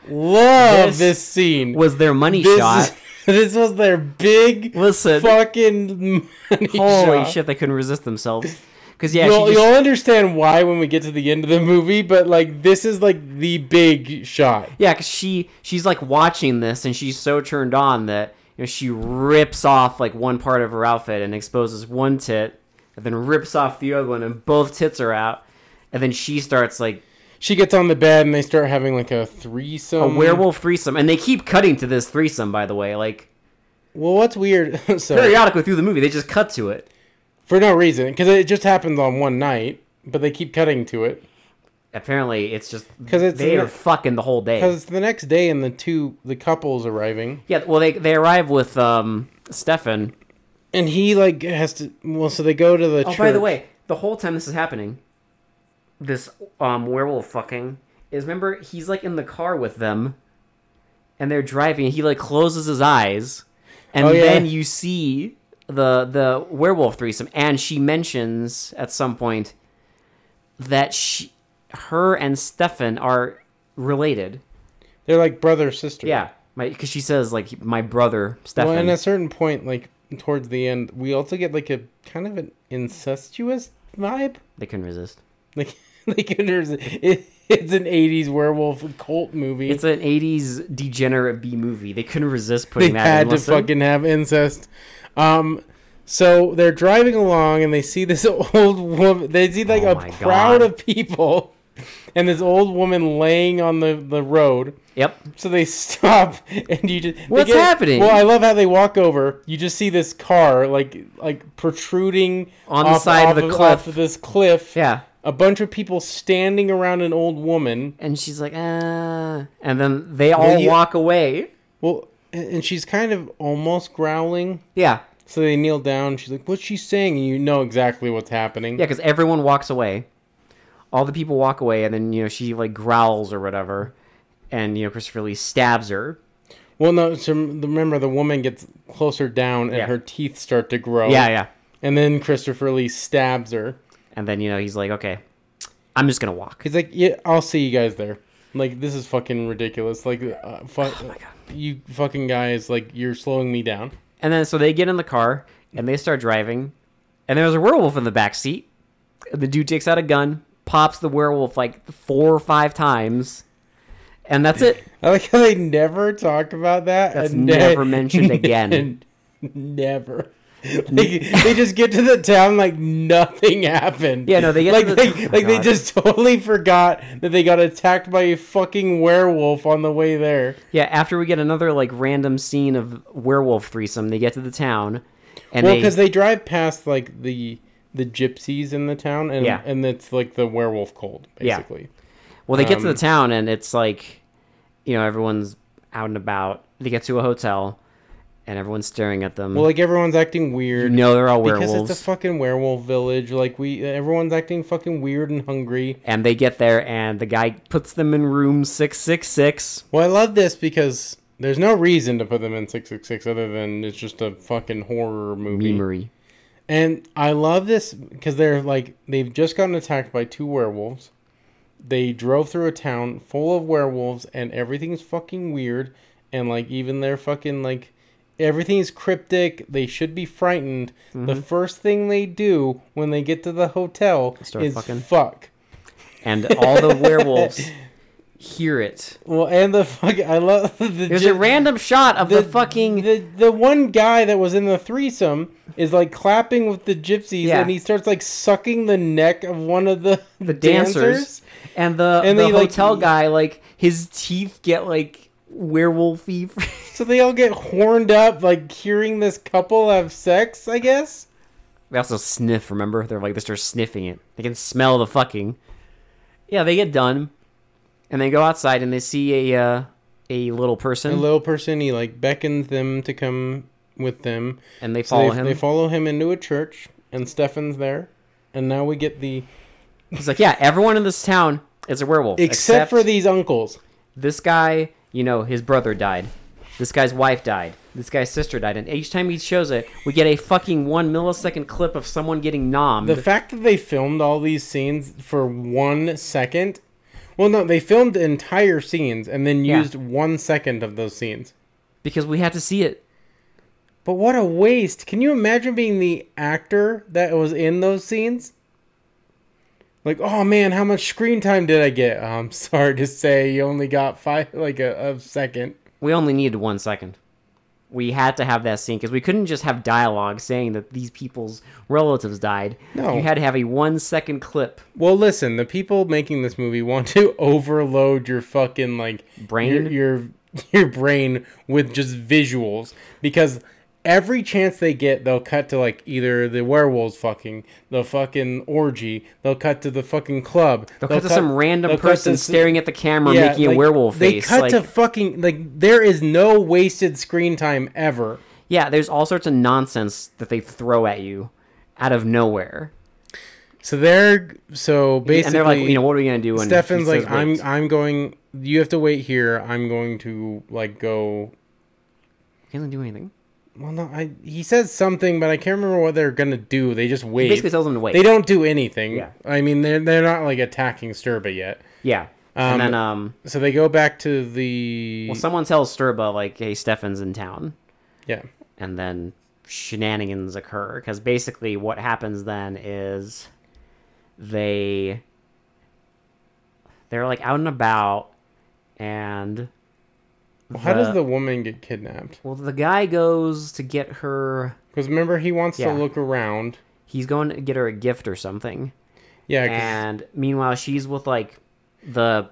Speaker 1: love
Speaker 2: This
Speaker 1: this, scene
Speaker 2: Was their money
Speaker 1: this,
Speaker 2: shot?
Speaker 1: is- *laughs* this was their big
Speaker 2: Listen.
Speaker 1: fucking money
Speaker 2: Holy
Speaker 1: shot.
Speaker 2: shit, they couldn't resist themselves. Because yeah,
Speaker 1: You'll,
Speaker 2: she just
Speaker 1: you'll understand why when we get to the end of the movie, but like this is like the big shot.
Speaker 2: Yeah, 'cause she she's like watching this and she's so turned on that you know she rips off like one part of her outfit and exposes one tit, and then rips off the other one and both tits are out, and then she starts like
Speaker 1: She gets on the bed and they start having like a threesome.
Speaker 2: a werewolf threesome, and they keep cutting to this threesome by the way, like
Speaker 1: Well, what's weird? *laughs* so
Speaker 2: periodically through the movie they just cut to it.
Speaker 1: for no reason, because it just happens on one night, but they keep cutting to it.
Speaker 2: Apparently, it's just
Speaker 1: 'Cause it's
Speaker 2: they
Speaker 1: in
Speaker 2: are
Speaker 1: the-
Speaker 2: fucking the whole day.
Speaker 1: Because it's the next day, and the two the couple's arriving,
Speaker 2: Yeah, well they they arrive with um Stefan.
Speaker 1: and he like has to. Well, so they go to the.
Speaker 2: Oh, by the way, the whole time this is happening, this um werewolf fucking is remember he's like in the car with them, and they're driving. And he like closes his eyes, and
Speaker 1: Oh, yeah.
Speaker 2: then you see the the werewolf threesome, and she mentions at some point that she, her and Stefan are related.
Speaker 1: they're like brother sister.
Speaker 2: Yeah, because she says like my brother Stefan.
Speaker 1: Well, and at a certain point, like towards the end, we also get like a kind of an incestuous vibe.
Speaker 2: they couldn't resist.
Speaker 1: Like *laughs* like there's it, it's an '80s werewolf cult movie.
Speaker 2: It's an '80s degenerate B movie. They couldn't resist putting
Speaker 1: they
Speaker 2: that.
Speaker 1: had
Speaker 2: in.
Speaker 1: to
Speaker 2: Listen.
Speaker 1: fucking have incest. Um, so they're driving along and they see this *laughs* old woman. They see like
Speaker 2: Oh my
Speaker 1: a crowd
Speaker 2: God.
Speaker 1: of people, *laughs* and this old woman laying on the the road.
Speaker 2: Yep.
Speaker 1: So they *laughs* stop and you just they
Speaker 2: What's happening?
Speaker 1: Well, I love how they walk over. You just see this car like like protruding
Speaker 2: On the side of the cliff.
Speaker 1: off of this cliff.
Speaker 2: Yeah.
Speaker 1: A bunch of people standing around an old woman.
Speaker 2: And she's like, uh and then they all
Speaker 1: you-
Speaker 2: walk away.
Speaker 1: Well, and and she's kind of almost growling.
Speaker 2: Yeah.
Speaker 1: So they kneel down. She's like, "What's she saying?" And you know exactly what's happening.
Speaker 2: Yeah, because everyone walks away. All the people walk away, and then, you know, she, like, growls or whatever. And, you know, Christopher Lee stabs her.
Speaker 1: Well, no. So remember, the woman gets closer down, and
Speaker 2: Yeah.
Speaker 1: her teeth start to grow.
Speaker 2: Yeah, yeah.
Speaker 1: And then Christopher Lee stabs her.
Speaker 2: And then, you know, he's like, okay, I'm just going to walk.
Speaker 1: He's like, "Yeah, I'll see you guys there." Like this is fucking ridiculous. Like, uh, fuck,
Speaker 2: Oh
Speaker 1: you fucking guys. Like you're slowing me down.
Speaker 2: And then, so they get in the car, and they start driving. And there's a werewolf in the back seat. And The dude takes out a gun, pops the werewolf, like, four or five times. And
Speaker 1: *laughs*
Speaker 2: that's it.
Speaker 1: I like how they never talk about that. *laughs*
Speaker 2: That's
Speaker 1: and
Speaker 2: never mentioned again.
Speaker 1: never. Like, they just get to the town like nothing happened.
Speaker 2: Yeah, no, they get
Speaker 1: like
Speaker 2: to the-
Speaker 1: they,
Speaker 2: Oh my
Speaker 1: like they
Speaker 2: God.
Speaker 1: just totally forgot that they got attacked by a fucking werewolf on the way there.
Speaker 2: Yeah, after we get another like random scene of werewolf threesome, they get to the town, and
Speaker 1: Well,
Speaker 2: they,
Speaker 1: because they drive past like the the gypsies in the town, and
Speaker 2: Yeah.
Speaker 1: and it's like the werewolf cold
Speaker 2: Yeah.
Speaker 1: basically.
Speaker 2: well they get
Speaker 1: um,
Speaker 2: to the town, and it's like, you know, everyone's out and about. They get to a hotel, and everyone's staring at them.
Speaker 1: Well, like everyone's acting weird.
Speaker 2: you know, they're all
Speaker 1: because
Speaker 2: werewolves,
Speaker 1: it's a fucking werewolf village. Like we, everyone's acting fucking weird and hungry.
Speaker 2: and they get there, and the guy puts them in room six six six.
Speaker 1: Well, I love this because there's no reason to put them in six six six other than it's just a fucking horror movie.
Speaker 2: Memory.
Speaker 1: And I love this because they're like they've just gotten attacked by two werewolves. They drove through a town full of werewolves and everything's fucking weird and like even they're fucking like everything's cryptic. They should be frightened. The
Speaker 2: Mm-hmm.
Speaker 1: first thing they do when they get to the hotel
Speaker 2: Start
Speaker 1: is
Speaker 2: fucking.
Speaker 1: fuck.
Speaker 2: and all the *laughs* werewolves hear it.
Speaker 1: Well, and the fuck I love *laughs* the
Speaker 2: There's
Speaker 1: ju-
Speaker 2: a random shot of the, fucking
Speaker 1: the the one guy that was in the threesome is like clapping with the gypsies
Speaker 2: Yeah.
Speaker 1: and he starts like sucking the neck of one of the
Speaker 2: the dancers, and the
Speaker 1: And
Speaker 2: the
Speaker 1: they, like,
Speaker 2: hotel guy like his teeth get like werewolfy. *laughs*
Speaker 1: So they all get horned up like hearing this couple have sex, I guess.
Speaker 2: they also sniff. Remember, they're like they start sniffing it. They can smell the fucking. Yeah, they get done, and they go outside and they see a uh, a little person,
Speaker 1: The little person he like beckons them to come with them.
Speaker 2: and they
Speaker 1: So
Speaker 2: follow
Speaker 1: they,
Speaker 2: him.
Speaker 1: they follow him into a church and Stefan's there. And now we get the
Speaker 2: He's like, yeah, everyone in this town is a werewolf
Speaker 1: except, for these uncles.
Speaker 2: this guy, you know, his brother died. This guy's wife died. This guy's sister died. And each time he shows it, we get a fucking one millisecond clip of someone getting nommed.
Speaker 1: The fact that they filmed all these scenes for one second. Well, no, they filmed entire scenes and then
Speaker 2: Yeah.
Speaker 1: used one second of those scenes.
Speaker 2: because we had to see it.
Speaker 1: But what a waste. Can you imagine being the actor that was in those scenes? Like, oh man, how much screen time did I get? Oh, I'm *laughs* sorry to say you only got five, like a, a second.
Speaker 2: We only needed one second. We had to have that scene because we couldn't just have dialogue saying that these people's relatives died.
Speaker 1: No.
Speaker 2: You had to have a one second clip.
Speaker 1: Well, listen, the people making this movie want to *laughs* overload your fucking, like,
Speaker 2: Brain?
Speaker 1: Your, your, *laughs* your brain with just visuals because every chance they get, they'll cut to, like, either the werewolves fucking, the fucking orgy, they'll cut to the fucking club.
Speaker 2: They'll cut to some random
Speaker 1: they'll cut
Speaker 2: person
Speaker 1: to s-
Speaker 2: staring at the camera making a
Speaker 1: like,
Speaker 2: werewolf face.
Speaker 1: They cut
Speaker 2: like,
Speaker 1: to fucking like there is no wasted screen time ever.
Speaker 2: yeah, there's all sorts of nonsense that they throw at you out of nowhere.
Speaker 1: So they're so basically
Speaker 2: and they're like, you know, what are we gonna do? When
Speaker 1: Stefan's
Speaker 2: he says
Speaker 1: like I'm
Speaker 2: wait?
Speaker 1: I'm going you have to wait here. I'm going to like go
Speaker 2: he doesn't do anything.
Speaker 1: well no I he says something but I can't remember what they're going to do. They just wait.
Speaker 2: He basically tells them to wait.
Speaker 1: they don't do anything.
Speaker 2: Yeah.
Speaker 1: I mean they're they're not like attacking Sturba yet.
Speaker 2: yeah,
Speaker 1: Um,
Speaker 2: and then um,
Speaker 1: So they go back to the
Speaker 2: well, someone tells Sturba like, "Hey, Stefan's in town,"
Speaker 1: yeah.
Speaker 2: and then shenanigans occur because basically what happens then is they they're like out and about, and
Speaker 1: Well, how does
Speaker 2: the-
Speaker 1: the woman get kidnapped?
Speaker 2: well, the guy goes to get her.
Speaker 1: Because remember he wants
Speaker 2: Yeah.
Speaker 1: to look around.
Speaker 2: He's going to get her a gift or something.
Speaker 1: Yeah, 'cause-
Speaker 2: and meanwhile she's with like the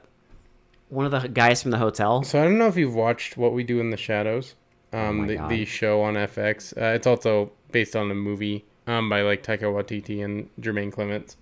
Speaker 2: one of the guys from the hotel
Speaker 1: So I don't know if you've watched What We Do in the Shadows, um,
Speaker 2: Oh my
Speaker 1: the,
Speaker 2: God.
Speaker 1: the show on FX. Uh, it's also based on a movie um, by like Taika Waititi and Jermaine Clements.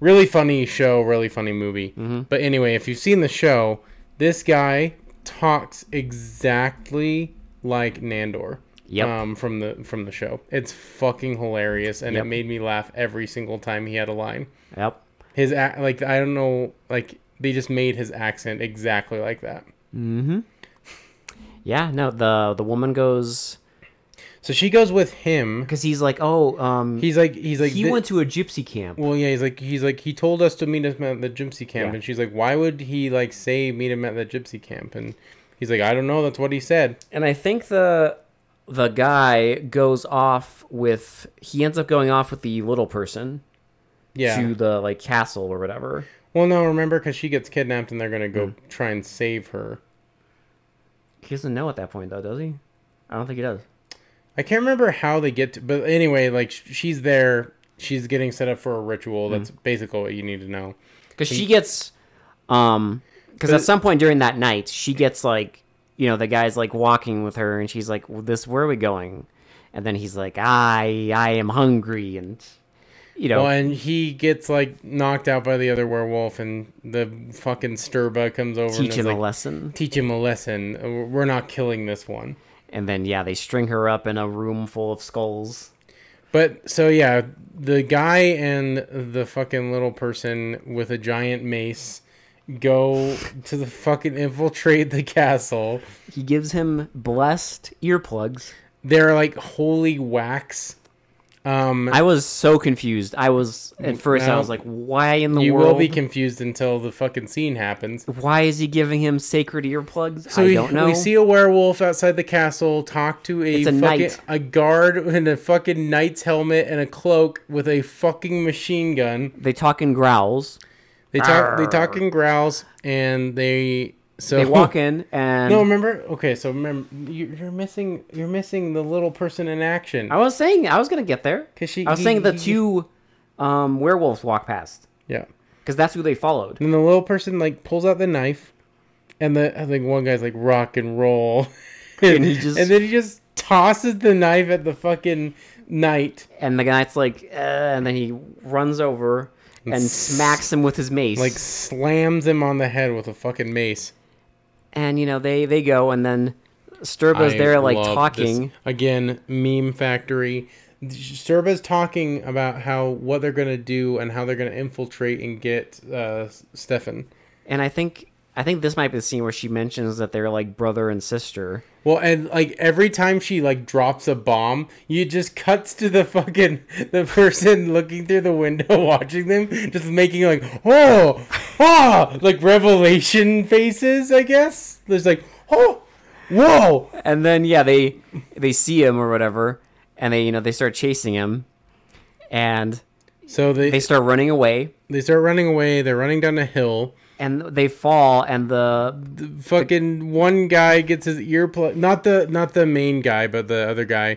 Speaker 1: Really funny show, really funny movie.
Speaker 2: Mm-hmm.
Speaker 1: But anyway, if you've seen the show, this guy talks exactly like Nandor.
Speaker 2: Yep.
Speaker 1: Um, from the from the show, it's fucking hilarious, and
Speaker 2: Yep.
Speaker 1: it made me laugh every single time he had a line.
Speaker 2: yep
Speaker 1: His ac- like I don't know, like they just made his accent exactly like that.
Speaker 2: yeah no the the woman goes
Speaker 1: So she goes with him.
Speaker 2: because he's like oh um
Speaker 1: He's like, he's like,
Speaker 2: he
Speaker 1: thi-
Speaker 2: went to a gypsy camp
Speaker 1: Well, yeah, he's like, he's like, he told us to meet him at the gypsy camp,
Speaker 2: Yeah.
Speaker 1: and she's like, why would he like say meet him at the gypsy camp? And he's like, I don't know, that's what he said.
Speaker 2: and i think the the guy goes off with he ends up going off with the little person
Speaker 1: Yeah.
Speaker 2: to the like castle or whatever
Speaker 1: Well, no, remember because she gets kidnapped, and they're gonna go
Speaker 2: Hmm.
Speaker 1: try and save her.
Speaker 2: he doesn't know at that point though does he i don't think he does
Speaker 1: I can't remember how they get to, but anyway, like sh- she's there. She's getting set up for a ritual. That's
Speaker 2: Hmm.
Speaker 1: basically what you need to know.
Speaker 2: because she gets um because at some point during that night she gets like you know the guy's like walking with her and she's like well, this where are we going and then he's like i i am hungry and you know
Speaker 1: Well, and he gets like knocked out by the other werewolf, and the fucking Sturba comes over and
Speaker 2: teach
Speaker 1: is
Speaker 2: him
Speaker 1: like,
Speaker 2: a lesson
Speaker 1: teach him a lesson. Uh, We're not killing this one.
Speaker 2: and then yeah they string her up in a room full of skulls
Speaker 1: But so yeah, the guy and the fucking little person with a giant mace go to the fucking infiltrate the castle.
Speaker 2: he gives him blessed earplugs
Speaker 1: They're like holy wax. Um,
Speaker 2: i was so confused i was at first i
Speaker 1: Now-
Speaker 2: was like why in the
Speaker 1: you
Speaker 2: world
Speaker 1: will be confused until the fucking scene happens.
Speaker 2: why is he giving him sacred earplugs
Speaker 1: So
Speaker 2: i
Speaker 1: we,
Speaker 2: don't know
Speaker 1: we see a werewolf outside the castle talk to a,
Speaker 2: It's a
Speaker 1: fucking
Speaker 2: knight.
Speaker 1: a guard in a fucking knight's helmet and a cloak with a fucking machine gun.
Speaker 2: they talk in growls
Speaker 1: They talk. They talk in growls, and they so *laughs*
Speaker 2: they walk in and
Speaker 1: No, remember? Okay, so remember, you- you're missing. You're missing the little person in action.
Speaker 2: I was saying I was gonna get there.
Speaker 1: 'Cause she-
Speaker 2: I was
Speaker 1: he-
Speaker 2: saying the
Speaker 1: he-
Speaker 2: two um, werewolves walk past
Speaker 1: Yeah.
Speaker 2: because that's who they followed.
Speaker 1: And the little person like pulls out the knife, and the I think one guy's like rock and roll, *laughs* and,
Speaker 2: he just-
Speaker 1: and then he just tosses the knife at the fucking knight.
Speaker 2: And the guy's like, uh, and then he runs over and smacks him with his mace.
Speaker 1: Like slams him on the head with a fucking mace.
Speaker 2: and you know they they go, and then Sturba's
Speaker 1: I
Speaker 2: there like
Speaker 1: love this.
Speaker 2: talking.
Speaker 1: again meme factory Serba's talking about how what they're gonna do and how they're gonna infiltrate and get uh Stefan.
Speaker 2: And I think I think this might be the scene where she mentions that they're like brother and sister.
Speaker 1: Well, and like every time she like drops a bomb, you just cuts to the fucking the person looking through the window *laughs* watching them, just making like oh ah like revelation faces. I guess there's like oh whoa
Speaker 2: And then yeah, they they see him or whatever, and they you know they start chasing him, and
Speaker 1: so they
Speaker 2: they start running away,
Speaker 1: they start running away. They're running down a hill.
Speaker 2: and they fall, and the
Speaker 1: fucking one guy gets his earplug not the not the main guy but the other guy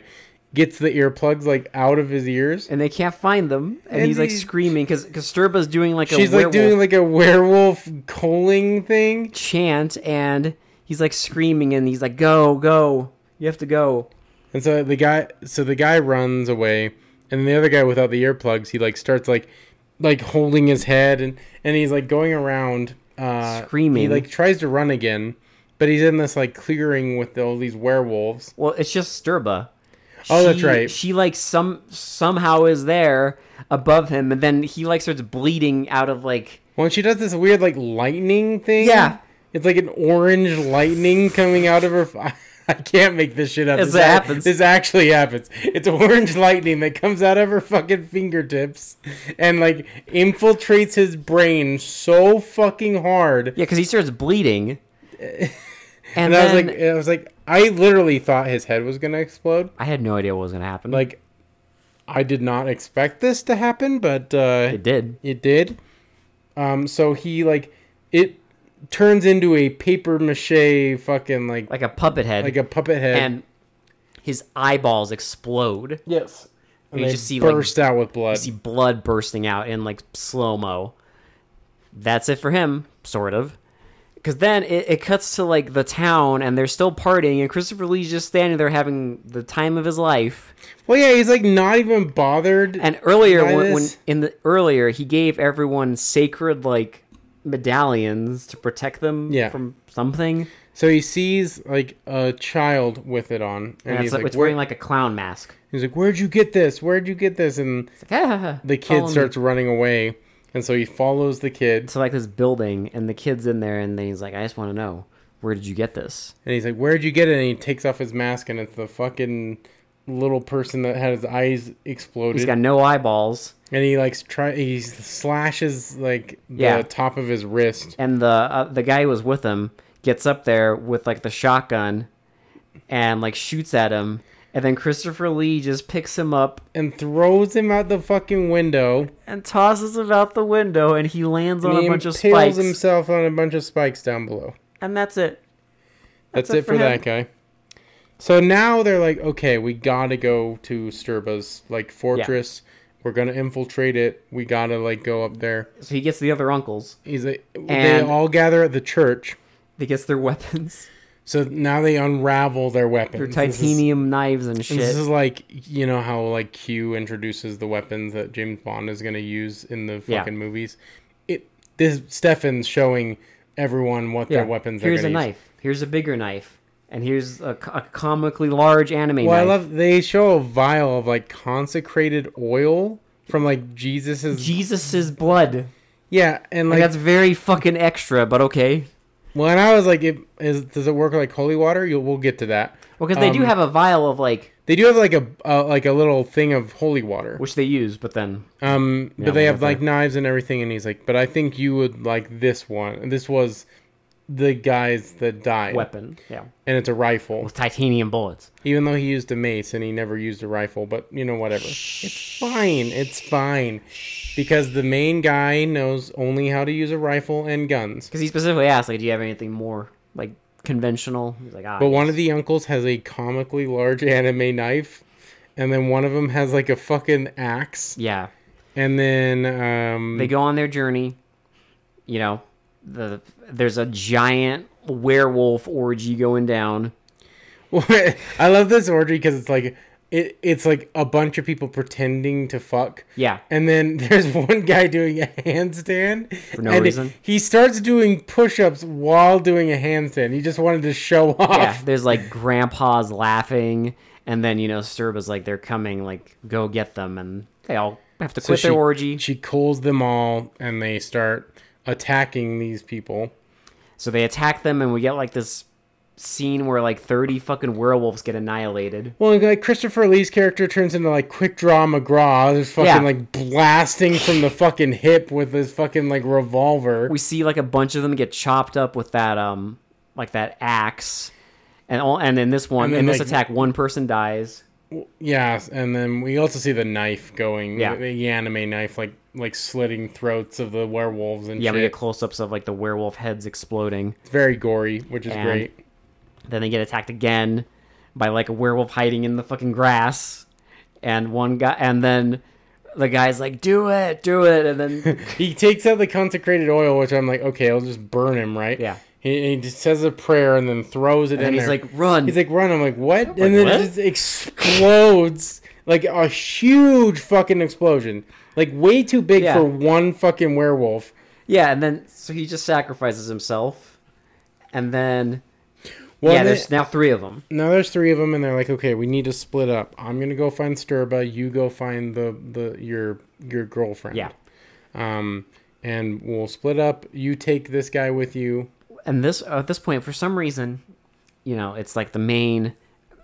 Speaker 1: gets the earplugs like out of his ears
Speaker 2: and they can't find them, and,
Speaker 1: And
Speaker 2: he's like
Speaker 1: he-
Speaker 2: screaming because Sturba's doing like a
Speaker 1: she's like
Speaker 2: werewolf
Speaker 1: doing like a werewolf calling thing
Speaker 2: chant, and he's like screaming, and he's like, "Go, go, you have to go."
Speaker 1: and so the guy so the guy runs away and the other guy without the earplugs he like starts like like holding his head and and he's like going around uh he
Speaker 2: Screaming.
Speaker 1: like tries to run again but he's in this like clearing with all these werewolves
Speaker 2: Well, it's just Sturba.
Speaker 1: Oh, that's
Speaker 2: She-
Speaker 1: right.
Speaker 2: She like some somehow is there above him, and then he like starts bleeding out of like
Speaker 1: Well, she does this weird like lightning thing.
Speaker 2: Yeah.
Speaker 1: it's like an orange lightning coming out of her. F- *laughs* I can't make this shit up.
Speaker 2: This
Speaker 1: ac-
Speaker 2: happens.
Speaker 1: This actually happens. It's orange lightning that comes out of her fucking fingertips and like infiltrates his brain so fucking hard.
Speaker 2: yeah, because he starts
Speaker 1: *laughs*
Speaker 2: bleeding. And,
Speaker 1: And I was
Speaker 2: then,
Speaker 1: like, I was like, I literally thought his head was gonna explode.
Speaker 2: I had no idea what was gonna happen.
Speaker 1: Like, I did not expect this to happen, but uh,
Speaker 2: it did.
Speaker 1: It did. Um, so he like it turns into a paper mache fucking like
Speaker 2: Like a puppet head,
Speaker 1: like a puppet head.
Speaker 2: and his eyeballs explode.
Speaker 1: yes, and
Speaker 2: you
Speaker 1: they
Speaker 2: just see, like,
Speaker 1: burst out with blood.
Speaker 2: see blood bursting out in like slow mo. That's it for him, sort of. Because then it, it cuts to like the town and they're still partying, and Christopher Lee's just standing there having the time of his life.
Speaker 1: well, yeah, he's like not even bothered.
Speaker 2: And earlier,
Speaker 1: Why
Speaker 2: when, when
Speaker 1: this?
Speaker 2: in the earlier, he gave everyone sacred like medallions to protect them
Speaker 1: Yeah.
Speaker 2: from something.
Speaker 1: so he sees like a child with it on, and,
Speaker 2: And
Speaker 1: he's
Speaker 2: it's, like,
Speaker 1: like,
Speaker 2: it's
Speaker 1: Where,
Speaker 2: wearing like a clown mask.
Speaker 1: he's like, "Where'd you get this? Where'd you get this?" And
Speaker 2: It's like, ah,
Speaker 1: the
Speaker 2: follow
Speaker 1: kid
Speaker 2: me.
Speaker 1: starts running away, and so he follows the kid,
Speaker 2: to like this building, and the kid's in there, and then he's like, "I just want to know, where did you get this?"
Speaker 1: and he's like, "Where'd you get it?" And he takes off his mask, and it's the fucking little person that had his eyes exploded.
Speaker 2: He's got no eyeballs.
Speaker 1: and he like try he slashes like the
Speaker 2: Yeah.
Speaker 1: top of his wrist
Speaker 2: and the uh, the guy who was with him gets up there with like the shotgun and like shoots at him and then Christopher Lee just picks him up
Speaker 1: and throws him out the fucking window.
Speaker 2: and tosses him out the window and he lands on
Speaker 1: And he
Speaker 2: a bunch of
Speaker 1: impales
Speaker 2: spikes
Speaker 1: himself on a bunch of spikes down below.
Speaker 2: and that's it
Speaker 1: That's,
Speaker 2: it
Speaker 1: it for
Speaker 2: for
Speaker 1: that guy. So now they're like, okay, we gotta go to Sturba's like fortress. We're gonna infiltrate it. We gotta like go up there.
Speaker 2: So he gets the other uncles.
Speaker 1: He's like, they
Speaker 2: And-
Speaker 1: all gather at the church.
Speaker 2: He gets their weapons, *laughs*
Speaker 1: So now they unravel their weapons.
Speaker 2: their
Speaker 1: This is-
Speaker 2: titanium knives and shit.
Speaker 1: This is like you know how like Q introduces the weapons that James Bond is gonna use in the
Speaker 2: Yeah.
Speaker 1: fucking movies. It this Stefan's showing everyone what
Speaker 2: Yeah.
Speaker 1: their weapons
Speaker 2: Here's
Speaker 1: are gonna
Speaker 2: a
Speaker 1: use.
Speaker 2: knife. Here's a bigger knife. And here's a, co- a comically large anime
Speaker 1: Well, I
Speaker 2: knife.
Speaker 1: love they show a vial of like consecrated oil from like Jesus's
Speaker 2: Jesus's blood.
Speaker 1: yeah, and
Speaker 2: Like
Speaker 1: like,
Speaker 2: that's very fucking extra, but okay.
Speaker 1: well, and I was like, it, is does it work like holy water? You'll, we'll get to that.
Speaker 2: Well, because they do
Speaker 1: Um,
Speaker 2: have a vial of like
Speaker 1: They do have like a uh, like a little thing of holy water.
Speaker 2: which they use, but then
Speaker 1: Um,
Speaker 2: Yeah,
Speaker 1: but they have
Speaker 2: whatever.
Speaker 1: like knives and everything, and he's like, but I think you would like this one. And this was the guys that died,
Speaker 2: weapon, yeah,
Speaker 1: and it's a rifle.
Speaker 2: with titanium bullets.
Speaker 1: Even though he used a mace and he never used a rifle, but you know whatever. It's fine. It's fine because the main guy knows only how to use a rifle and guns.
Speaker 2: Because he specifically asked, like, do you have anything more like conventional? He's like, ah.
Speaker 1: But one of the uncles has a comically large *laughs* anime knife, and then one of them has like a fucking axe,
Speaker 2: yeah,
Speaker 1: and then um,
Speaker 2: they go on their journey. You know, the there's a giant werewolf orgy going down.
Speaker 1: *laughs* I love this orgy because it's like it, it's like a bunch of people pretending to fuck.
Speaker 2: Yeah,
Speaker 1: And then *laughs* there's one guy doing a handstand for
Speaker 2: no reason.
Speaker 1: He starts doing push-ups while doing a handstand. He just wanted to show
Speaker 2: yeah.
Speaker 1: off.
Speaker 2: There's like grandpas laughing, and then you know Sturba's like, they're coming, like, go get them, and they all have to quit
Speaker 1: she,
Speaker 2: their orgy.
Speaker 1: She calls them all, and they start attacking these people.
Speaker 2: So they attack them, and we get like this scene where like 30 fucking werewolves get annihilated.
Speaker 1: Well, like Christopher Lee's character turns into like quick draw McGraw, just fucking
Speaker 2: Yeah.
Speaker 1: like blasting from the fucking hip with his fucking like revolver.
Speaker 2: We see like a bunch of them get chopped up with that um like that axe. And all and in this one
Speaker 1: And then,
Speaker 2: in this
Speaker 1: like-
Speaker 2: attack one person dies.
Speaker 1: Yes, and then we also see the knife going.
Speaker 2: Yeah.
Speaker 1: Yeah, the anime knife, like like slitting throats of the werewolves and
Speaker 2: Yeah, we
Speaker 1: shit.
Speaker 2: get close ups of like the werewolf heads exploding.
Speaker 1: It's very gory, which is
Speaker 2: And-
Speaker 1: great.
Speaker 2: Then they get attacked again by like a werewolf hiding in the fucking grass. And one guy and then the guy's like, Do it, do it and
Speaker 1: *laughs*
Speaker 2: then
Speaker 1: He takes out the consecrated oil, which I'm like, okay, I'll just burn him, right?
Speaker 2: Yeah.
Speaker 1: He, he just says a prayer and then throws it in
Speaker 2: and he's
Speaker 1: there.
Speaker 2: like, Run.
Speaker 1: he's like, run. I'm like, what? and then
Speaker 2: what?
Speaker 1: it just explodes like a huge fucking explosion, like way too big
Speaker 2: Yeah.
Speaker 1: for one fucking werewolf.
Speaker 2: Yeah, and then so he just sacrifices himself, and then
Speaker 1: Well,
Speaker 2: yeah,
Speaker 1: and
Speaker 2: there's
Speaker 1: then-
Speaker 2: now three of them.
Speaker 1: now there's three of them, and they're like, okay, we need to split up. I'm gonna go find Sturba. You go find the the your your girlfriend.
Speaker 2: Yeah,
Speaker 1: Um, and we'll split up. You take this guy with you.
Speaker 2: and this at this point, for some reason, you know, it's like the main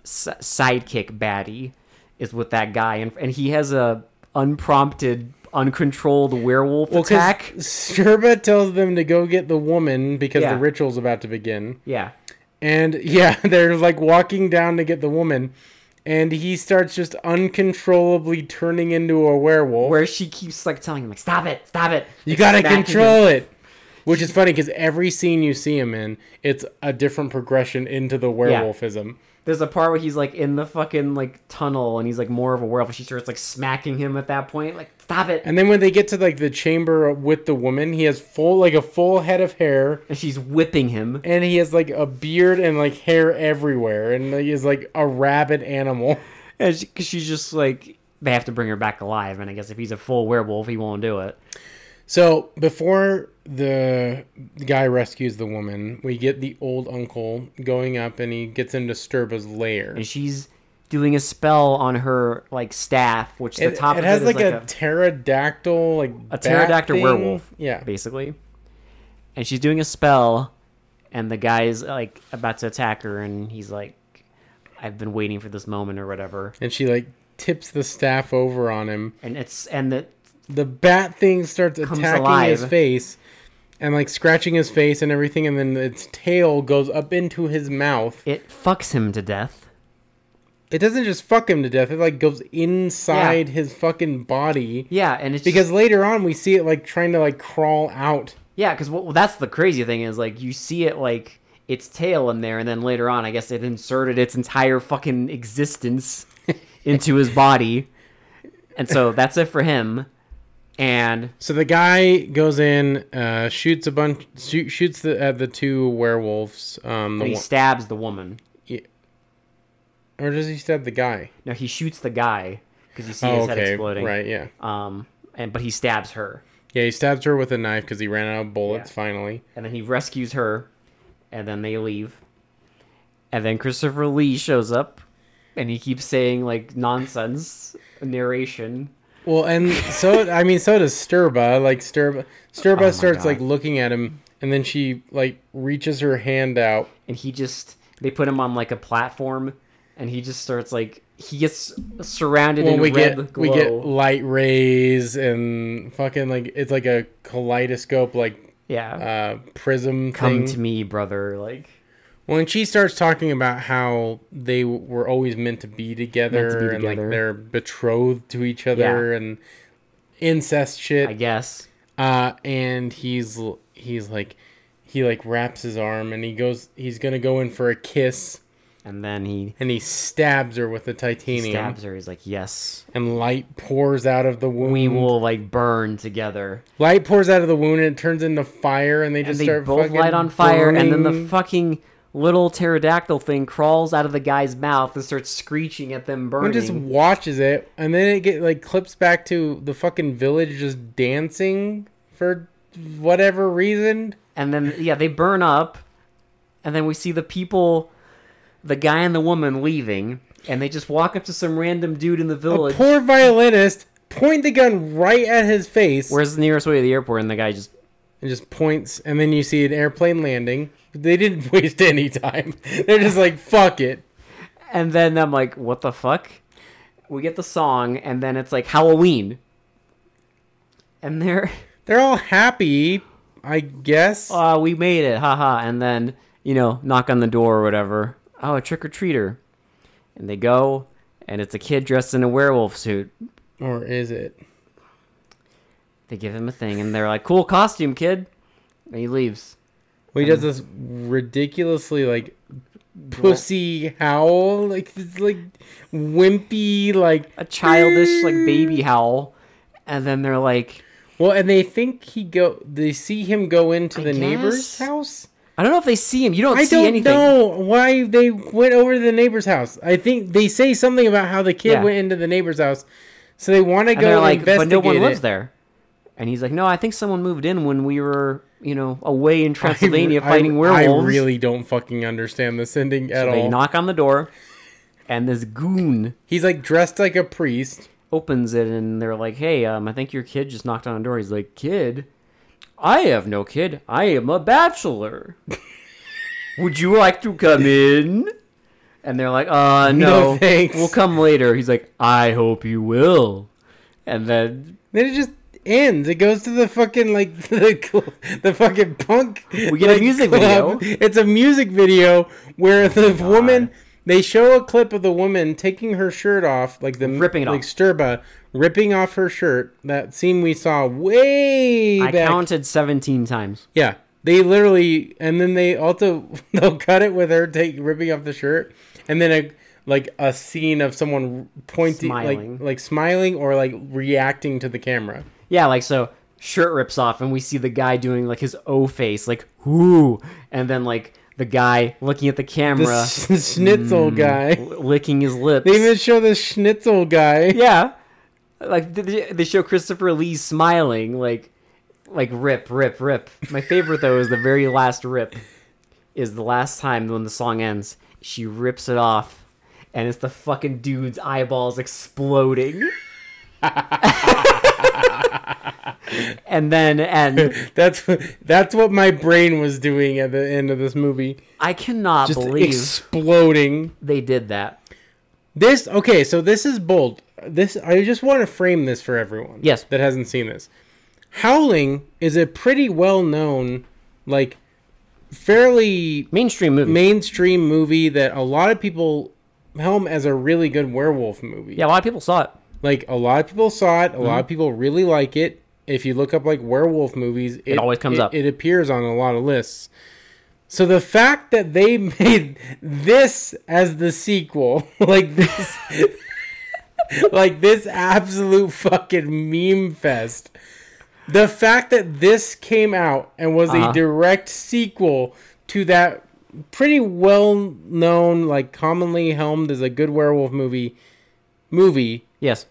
Speaker 2: s- sidekick baddie is with that guy, and and he has a unprompted, uncontrolled werewolf
Speaker 1: 'cause
Speaker 2: attack.
Speaker 1: Sturba tells them to go get the woman because
Speaker 2: Yeah.
Speaker 1: the ritual's about to begin.
Speaker 2: Yeah,
Speaker 1: And *laughs* yeah, they're like walking down to get the woman, and he starts just uncontrollably turning into a werewolf.
Speaker 2: where she keeps like telling him like, "Stop it, stop it."
Speaker 1: You gotta
Speaker 2: smacking him.
Speaker 1: control it. Which is funny because every scene you see him in, it's a different progression into the werewolfism.
Speaker 2: There's a part where he's like in the fucking like tunnel, and he's like more of a werewolf. She starts like smacking him at that point, like, "Stop it."
Speaker 1: And then when they get to like the chamber with the woman, he has full like a full head of hair,
Speaker 2: and she's whipping him.
Speaker 1: and he has like a beard and like hair everywhere, and he is like a rabid animal. *laughs*
Speaker 2: And she, cause she's just like, they have to bring her back alive. And I guess if he's a full werewolf, he won't do it.
Speaker 1: So before the guy rescues the woman, we get the old uncle going up, and he gets into Sturba's lair.
Speaker 2: And she's doing a spell on her like staff, which the
Speaker 1: It,
Speaker 2: top
Speaker 1: it
Speaker 2: of
Speaker 1: has
Speaker 2: it
Speaker 1: like,
Speaker 2: is like,
Speaker 1: a, pterodactyl, like
Speaker 2: a, a pterodactyl werewolf,
Speaker 1: Yeah,
Speaker 2: basically. And she's doing a spell, and the guy's like about to attack her, and he's like, "I've been waiting for this moment" or whatever.
Speaker 1: and she like tips the staff over on him,
Speaker 2: And it's and the
Speaker 1: the bat thing starts attacking his
Speaker 2: alive.
Speaker 1: face and like scratching his face and everything and then its tail goes up into his mouth
Speaker 2: it fucks him to death.
Speaker 1: it doesn't just fuck him to death it like goes inside his fucking body
Speaker 2: Yeah, and it's
Speaker 1: because later on we see it like trying to like crawl out
Speaker 2: Yeah, because well, that's the crazy thing is like you see it like its tail in there, and then later on, I guess it inserted its entire
Speaker 1: *laughs*
Speaker 2: fucking existence into his body. And so that's it for him. And
Speaker 1: So the guy goes in, uh, shoots a bunch, shoot, shoots the at the two werewolves. Um, the
Speaker 2: he
Speaker 1: one-
Speaker 2: stabs the woman.
Speaker 1: or does he stab the guy?
Speaker 2: No, he shoots the guy because you see
Speaker 1: Oh,
Speaker 2: his head
Speaker 1: okay,
Speaker 2: exploding.
Speaker 1: right, yeah,
Speaker 2: Um, and but he stabs her,
Speaker 1: yeah. He stabs her with a knife because he ran out of bullets.
Speaker 2: Yeah.
Speaker 1: Finally,
Speaker 2: and then he rescues her, and then they leave. And then Christopher Lee shows up, and he keeps saying like nonsense narration.
Speaker 1: well, and so I mean, so does Sturba. Like Sturba, Sturba
Speaker 2: Oh my
Speaker 1: starts
Speaker 2: God.
Speaker 1: like looking at him, and then she like reaches her hand out.
Speaker 2: and he just they put him on like a platform and he just starts like he gets surrounded
Speaker 1: Well,
Speaker 2: in
Speaker 1: we
Speaker 2: red
Speaker 1: get
Speaker 2: glow
Speaker 1: we get light rays and fucking like it's like a kaleidoscope like
Speaker 2: yeah
Speaker 1: uh prism
Speaker 2: come
Speaker 1: thing.
Speaker 2: to me brother like
Speaker 1: Well, and she starts talking about how they were always meant to be together,
Speaker 2: Meant to be
Speaker 1: and like
Speaker 2: together.
Speaker 1: they're betrothed to each other and incest
Speaker 2: i
Speaker 1: shit.
Speaker 2: guess
Speaker 1: Uh, and he's l- he's like he like wraps his arm and he goes he's gonna go in for a kiss
Speaker 2: and then he
Speaker 1: and he stabs her with the titanium
Speaker 2: stabs her he's like yes
Speaker 1: and light pours out of the wound.
Speaker 2: we will like burn together
Speaker 1: Light pours out of the wound and it turns into fire and they just
Speaker 2: and they
Speaker 1: start
Speaker 2: both
Speaker 1: fucking
Speaker 2: light on fire and then
Speaker 1: burning.
Speaker 2: the fucking little pterodactyl thing crawls out of the guy's mouth and starts screeching at them burning
Speaker 1: One just watches it, and then it get like clips back to the fucking village just dancing for whatever reason.
Speaker 2: And then yeah, they burn up, and then we see the people, the guy and the woman leaving, and they just walk up to some random dude in the village.
Speaker 1: Poor violinist point the gun right at his face
Speaker 2: Where's the nearest way to the airport? And the guy just
Speaker 1: and just points, and then you see an airplane landing. They didn't *laughs* waste any time. They're just like fuck it.
Speaker 2: and then I'm like, what the fuck? We get the song, and then it's like Halloween, and they're *laughs*
Speaker 1: They're all happy, I guess.
Speaker 2: uh, we made it, haha. And then you know, knock on the door or whatever. Oh, a trick or treater, and they go, and it's a kid dressed in a werewolf suit.
Speaker 1: or is it?
Speaker 2: They give him a thing, and they're like, "Cool costume, kid," and he leaves.
Speaker 1: Well, he does this ridiculously like pussy howl, like it's like wimpy, like
Speaker 2: a childish like baby howl and then they're like
Speaker 1: Well, and they think he go. They see him go into the neighbor's
Speaker 2: guess.
Speaker 1: house.
Speaker 2: i don't know if they see him you don't
Speaker 1: I
Speaker 2: see
Speaker 1: don't
Speaker 2: anything
Speaker 1: know why they went over to the neighbor's house. I think they say something about how the kid
Speaker 2: Yeah.
Speaker 1: went into the neighbor's house, so they want to
Speaker 2: and they're
Speaker 1: go
Speaker 2: like but
Speaker 1: investigate
Speaker 2: no one
Speaker 1: it.
Speaker 2: lives there and he's like no i think someone moved in when we were you know away in transylvania
Speaker 1: *laughs* I-
Speaker 2: fighting werewolves
Speaker 1: I really don't fucking understand this ending at
Speaker 2: so they
Speaker 1: all.
Speaker 2: knock on the door and this goon
Speaker 1: He's like dressed like a priest.
Speaker 2: opens it and they're like hey um, i think your kid just knocked on the door he's like kid i have no kid i am a bachelor would you like to come in and they're like uh
Speaker 1: *laughs*
Speaker 2: no,
Speaker 1: No, thanks.
Speaker 2: we'll come later he's like i hope you will and then
Speaker 1: Then it just ends. It goes to the fucking like *laughs* the cl- the fucking punk. We
Speaker 2: get a music video. Oh
Speaker 1: It's a music video where the woman they show a clip of the woman taking her shirt off, like the
Speaker 2: Ripping it
Speaker 1: like
Speaker 2: off.
Speaker 1: Sturba ripping off her shirt. That scene we saw way
Speaker 2: i
Speaker 1: back.
Speaker 2: counted 17 times
Speaker 1: Yeah, they literally, and then they also *laughs* they'll cut it with her take ripping off the shirt, and then a like a scene of someone pointing
Speaker 2: Smiling.
Speaker 1: like like smiling or like reacting to the camera.
Speaker 2: yeah like so shirt rips off and we see the guy doing like his o face like whoo and then like the guy looking at the camera Hmm.
Speaker 1: The s- *laughs* schnitzel guy.
Speaker 2: l- licking his lips
Speaker 1: They even show the schnitzel guy.
Speaker 2: Yeah, like th- th- they show Christopher Lee smiling, like, like rip, rip, rip. My favorite though is the very last rip, is the last time when the song ends. She rips it off, and it's the fucking dude's
Speaker 1: *laughs*
Speaker 2: eyeballs exploding. and then and
Speaker 1: That's what that's what my brain was doing at the end of this movie.
Speaker 2: I cannot
Speaker 1: Just
Speaker 2: believe
Speaker 1: exploding.
Speaker 2: they did that.
Speaker 1: This okay, so this is bold. This I just want to frame this for everyone.
Speaker 2: Yes.
Speaker 1: That hasn't seen this. Howling is a pretty well known, like fairly
Speaker 2: Mainstream movie.
Speaker 1: mainstream movie that a lot of people helm as a really good werewolf movie.
Speaker 2: yeah, a lot of people saw it.
Speaker 1: Like a lot of people saw it. A
Speaker 2: Mm-hmm.
Speaker 1: lot of people really like it. If you look up like werewolf movies, it,
Speaker 2: always comes
Speaker 1: it-
Speaker 2: up.
Speaker 1: It appears on a lot of lists. So the fact that they *laughs* made this as the sequel, *laughs* like this, like this absolute fucking meme fest. The fact that this came out and was
Speaker 2: Uh-huh.
Speaker 1: a direct sequel to that pretty well known, like commonly helmed as a good werewolf movie, movie.
Speaker 2: Yes,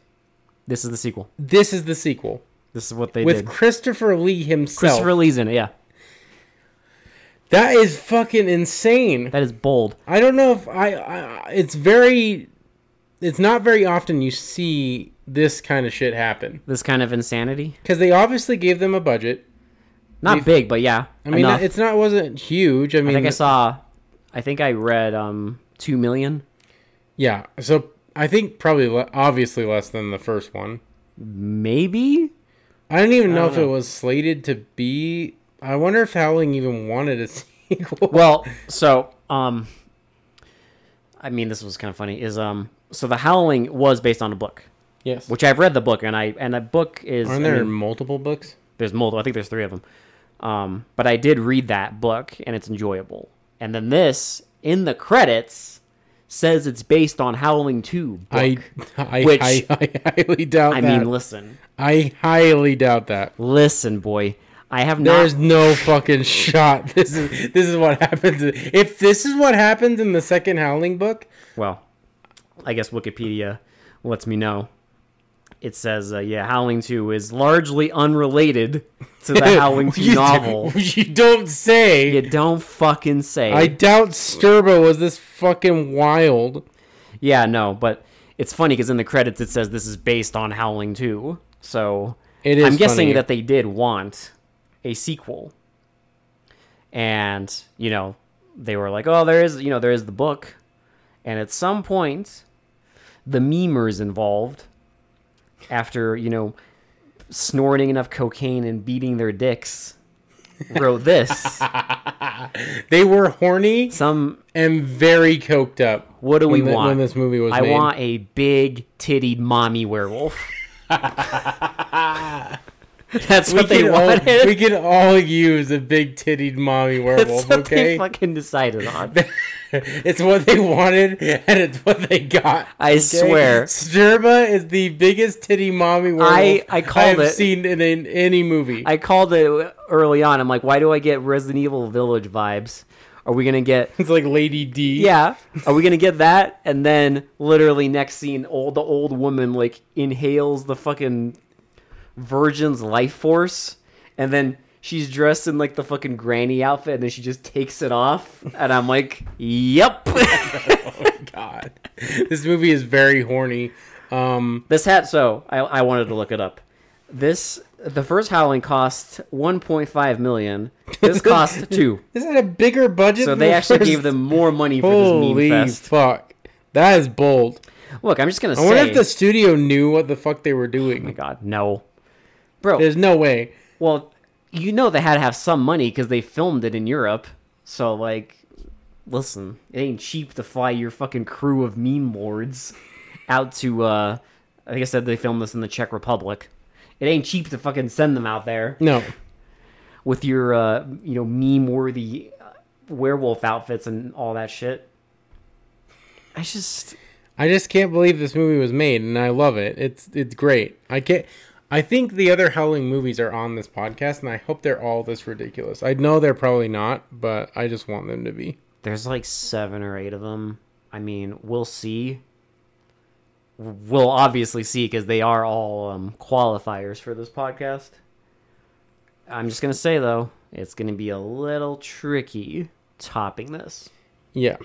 Speaker 2: this is the sequel.
Speaker 1: This is the sequel
Speaker 2: This is what they
Speaker 1: with
Speaker 2: did.
Speaker 1: Christopher Lee himself.
Speaker 2: Christopher Lee's in it. Yeah,
Speaker 1: that is fucking insane.
Speaker 2: that is bold.
Speaker 1: I don't know if I, I. It's very. It's not very often you see this kind of shit happen
Speaker 2: This kind of insanity.
Speaker 1: because they obviously gave them a budget.
Speaker 2: Not
Speaker 1: We've-
Speaker 2: big, but yeah.
Speaker 1: I mean,
Speaker 2: enough.
Speaker 1: it's not wasn't huge. I
Speaker 2: I
Speaker 1: mean,
Speaker 2: think I saw. I think I read um two million,
Speaker 1: yeah. So I think probably le- obviously less than the first one.
Speaker 2: maybe.
Speaker 1: I don't even know
Speaker 2: don't
Speaker 1: if
Speaker 2: know.
Speaker 1: it was slated to be. I wonder if Howling even wanted a *laughs* sequel.
Speaker 2: Well, so um, I mean, this was kind of funny. Is um, so the Howling was based on a book,
Speaker 1: yes.
Speaker 2: which I've read the book, and I and the book is
Speaker 1: Aren't
Speaker 2: I
Speaker 1: there
Speaker 2: mean,
Speaker 1: multiple books?
Speaker 2: there's multiple. I think there's three of them. Um, but I did read that book, and it's enjoyable. And then this in the credits says it's based on Howling Two book.
Speaker 1: I I, *laughs*
Speaker 2: Which-
Speaker 1: I I highly doubt
Speaker 2: I
Speaker 1: that.
Speaker 2: mean, listen,
Speaker 1: I highly doubt that.
Speaker 2: listen, boy. I have not.
Speaker 1: There's no fucking shot. *laughs* This is this is what happens. If this is what happens in the second Howling book,
Speaker 2: well, I guess Wikipedia lets me know. It says, uh, yeah, Howling 2 is largely unrelated
Speaker 1: *laughs*
Speaker 2: to the Howling 2
Speaker 1: you
Speaker 2: novel.
Speaker 1: don't- *laughs* you don't say.
Speaker 2: You don't fucking say.
Speaker 1: I doubt Sturba was this fucking wild.
Speaker 2: Yeah, no, but it's funny because in the credits it says this is based on Howling 2. So
Speaker 1: It is
Speaker 2: I'm guessing
Speaker 1: funny.
Speaker 2: that they did want a sequel. And, you know, they were like, oh, there is, you know, there is the book. And at some point, the memers involved, after, you know, snorting enough cocaine and beating their dicks,
Speaker 1: *laughs*
Speaker 2: wrote this.
Speaker 1: They were horny
Speaker 2: Some,
Speaker 1: and very coked up.
Speaker 2: what do we
Speaker 1: when the-
Speaker 2: want?
Speaker 1: when this movie was
Speaker 2: I
Speaker 1: made.
Speaker 2: want a big titty
Speaker 1: *laughs*
Speaker 2: mommy werewolf. That's
Speaker 1: we
Speaker 2: what they *laughs*
Speaker 1: could all,
Speaker 2: wanted.
Speaker 1: we could all use a big tittied mommy
Speaker 2: *laughs* That's
Speaker 1: werewolf.
Speaker 2: what
Speaker 1: okay,
Speaker 2: they fucking decided on.
Speaker 1: *laughs* it's what they wanted and it's what they got.
Speaker 2: I swear.
Speaker 1: Sturba is the biggest titty mommy werewolf
Speaker 2: I- I called
Speaker 1: have
Speaker 2: it.
Speaker 1: seen in, in any movie.
Speaker 2: I called it early on. I'm like, why do I get Resident Evil Village vibes? Are we gonna get?
Speaker 1: *laughs* it's like Lady D. *laughs*
Speaker 2: Yeah, are we gonna get that? And then literally next scene, old the old woman like inhales the fucking virgin's life force, and then she's dressed in like the fucking granny outfit, and then she just takes it off, and I'm like, *laughs* yep.
Speaker 1: Oh God, this movie is very horny. Um,
Speaker 2: This hat, so I, I wanted to look it up. This the first Howling cost 1.5 million.
Speaker 1: *laughs*
Speaker 2: This cost two,
Speaker 1: this had a bigger budget.
Speaker 2: so
Speaker 1: than
Speaker 2: they
Speaker 1: the
Speaker 2: actually
Speaker 1: first-
Speaker 2: gave them more money for
Speaker 1: Holy
Speaker 2: this meme fest.
Speaker 1: fuck, that is bold.
Speaker 2: Look, I'm just gonna
Speaker 1: I wonder
Speaker 2: say, Oh
Speaker 1: if the studio knew what the fuck they were doing.
Speaker 2: God, no, bro.
Speaker 1: There's no way.
Speaker 2: well, you know they had to have some money because they filmed it in Europe. So like, listen, it ain't cheap to fly your fucking crew of meme lords out to. uh I think I said they filmed this in the Czech Republic. It ain't cheap to fucking send them out there.
Speaker 1: No,
Speaker 2: with your uh, you know meme worthy werewolf outfits and all that shit. I just
Speaker 1: I just can't believe this movie was made, and I love it. It's it's great. I can't. I think the other Howling movies are on this podcast, and I hope they're all this ridiculous. I know they're probably not, but I just want them to be.
Speaker 2: there's like seven or eight of them. I mean, we'll see. We'll obviously see because they are all um, qualifiers for this podcast. I'm just gonna say though, it's gonna be a little tricky topping this.
Speaker 1: Yeah,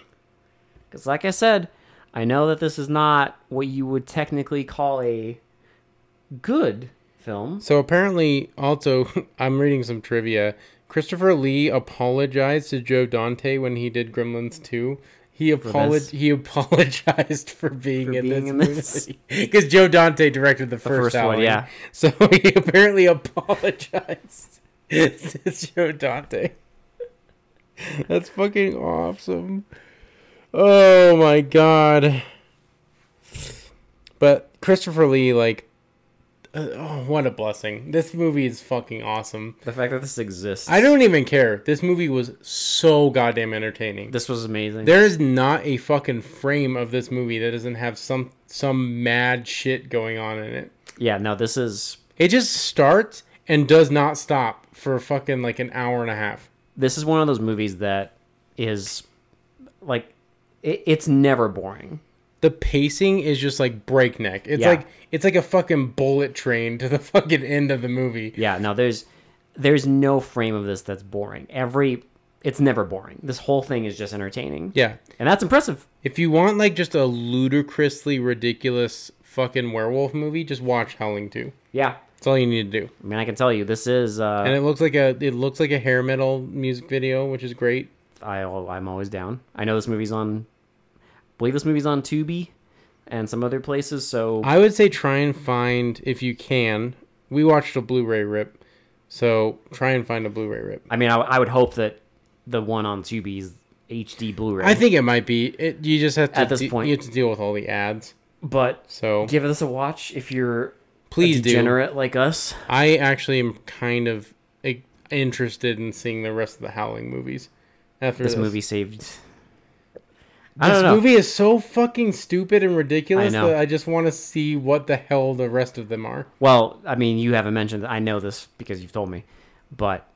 Speaker 2: Because, like I said, I know that this is not what you would technically call a good film.
Speaker 1: So apparently, also, *laughs* I'm reading some trivia. Christopher Lee apologized to Joe Dante when he did Gremlins 2. He
Speaker 2: this?
Speaker 1: apolog- he *laughs* apologized for being, in,
Speaker 2: being in
Speaker 1: this
Speaker 2: this?
Speaker 1: because Joe Dante directed the first,
Speaker 2: first one,
Speaker 1: Howling.
Speaker 2: yeah.
Speaker 1: So he *laughs* apparently apologized *laughs* to Joe Dante. That's fucking awesome. Oh my god. But Christopher Lee, like, uh, oh, what a blessing. This movie is fucking awesome.
Speaker 2: The fact that this exists.
Speaker 1: I don't even care. This movie was so goddamn entertaining.
Speaker 2: This was amazing.
Speaker 1: There is not a fucking frame of this movie that doesn't have some some mad shit going on in it.
Speaker 2: yeah, no, this is
Speaker 1: It just starts and does not stop for fucking like an hour and a half.
Speaker 2: this is one of those movies that is like it, it's never boring.
Speaker 1: The pacing is just like breakneck. It's
Speaker 2: Yeah.
Speaker 1: like it's like a fucking bullet train to the *laughs* fucking end of the movie.
Speaker 2: Yeah, no, there's there's no frame of this that's boring. Every it's never boring. This whole thing is just entertaining.
Speaker 1: Yeah.
Speaker 2: And that's impressive.
Speaker 1: If you want like just a ludicrously ridiculous fucking werewolf movie, just watch Howling 2.
Speaker 2: Yeah.
Speaker 1: That's all you need to do.
Speaker 2: I mean, I can tell you this is
Speaker 1: And
Speaker 2: uh
Speaker 1: it looks like a it looks like a hair metal music video, which is great.
Speaker 2: I al- I'm always down. I know this movie's on I believe this movie's on Tubi and some other places, so
Speaker 1: I would say try and find if you can. We watched a Blu-ray rip, so try and find a Blu-ray rip.
Speaker 2: I mean, I, I would hope that the one on Tubi's HD Blu-ray.
Speaker 1: I think it might be. It, you just have to
Speaker 2: At this
Speaker 1: de-
Speaker 2: point.
Speaker 1: you have to deal with all the ads.
Speaker 2: but
Speaker 1: So
Speaker 2: give this a watch if you're
Speaker 1: please
Speaker 2: a
Speaker 1: do.
Speaker 2: degenerate like us.
Speaker 1: I actually am kind of eh, interested in seeing the rest of the Howling movies. After
Speaker 2: This
Speaker 1: this,
Speaker 2: movie saved. I
Speaker 1: this
Speaker 2: don't know.
Speaker 1: movie is so fucking stupid and ridiculous
Speaker 2: I know.
Speaker 1: that I just want to see what the hell the rest of them are.
Speaker 2: Well, I mean, you haven't mentioned. I know this because you've told me, but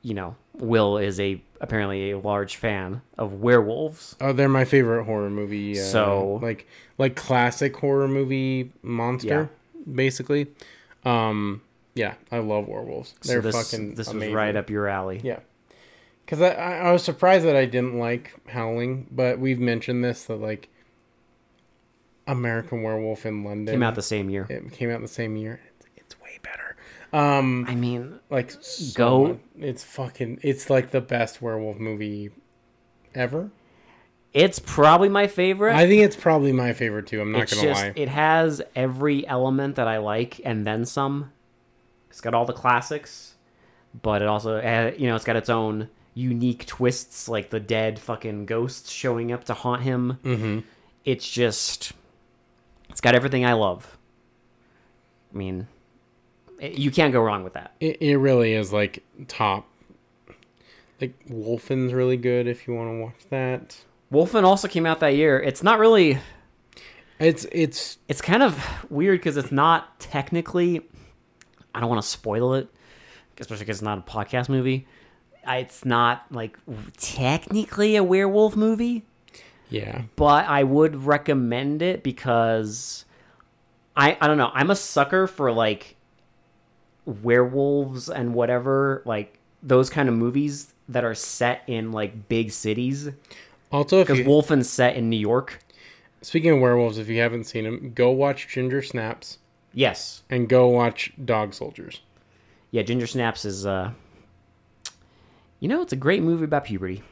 Speaker 2: you know, Will is a apparently a large fan of werewolves.
Speaker 1: Oh, they're my favorite horror movie. Uh,
Speaker 2: So-
Speaker 1: like like classic horror movie monster, basically. Um, yeah, I love werewolves.
Speaker 2: So
Speaker 1: They're
Speaker 2: this,
Speaker 1: fucking.
Speaker 2: this
Speaker 1: amazing.
Speaker 2: was right up your alley.
Speaker 1: Yeah, because I, I I was surprised that I didn't like Howling, but we've mentioned this that like American Werewolf in London
Speaker 2: Came out the same year.
Speaker 1: It came out the same year. It's, it's way better. Um,
Speaker 2: I mean,
Speaker 1: like so
Speaker 2: Go-
Speaker 1: much- It's fucking. It's like the best werewolf movie ever.
Speaker 2: it's probably my favorite.
Speaker 1: I think it's probably my favorite too. I'm not
Speaker 2: it's
Speaker 1: gonna
Speaker 2: just
Speaker 1: lie.
Speaker 2: it has every element that I like and then some. It's got all the classics, but it also uh, you know it's got its own unique twists, like the dead fucking ghosts showing up to haunt him. Mm-hmm. It's just it's got everything I love. I mean, it, you can't go wrong with that.
Speaker 1: It, it really is like top. Like Wolfen's really good if you want to watch that.
Speaker 2: Wolfen also came out that year. It's not really
Speaker 1: It's it's
Speaker 2: it's kind of weird because it's not technically i don't want to spoil it especially because it's not a podcast movie I- it's not like technically a werewolf movie
Speaker 1: yeah.
Speaker 2: but i would recommend it because i i don't know i'm a sucker for like werewolves and whatever like those kind of movies that are set in like big cities
Speaker 1: Also, if
Speaker 2: because
Speaker 1: you,
Speaker 2: wolfen's set in new york
Speaker 1: speaking of werewolves, if you haven't seen them, go watch Ginger Snaps
Speaker 2: yes
Speaker 1: and go watch Dog Soldiers.
Speaker 2: yeah, Ginger Snaps is uh you know, it's a great movie about puberty.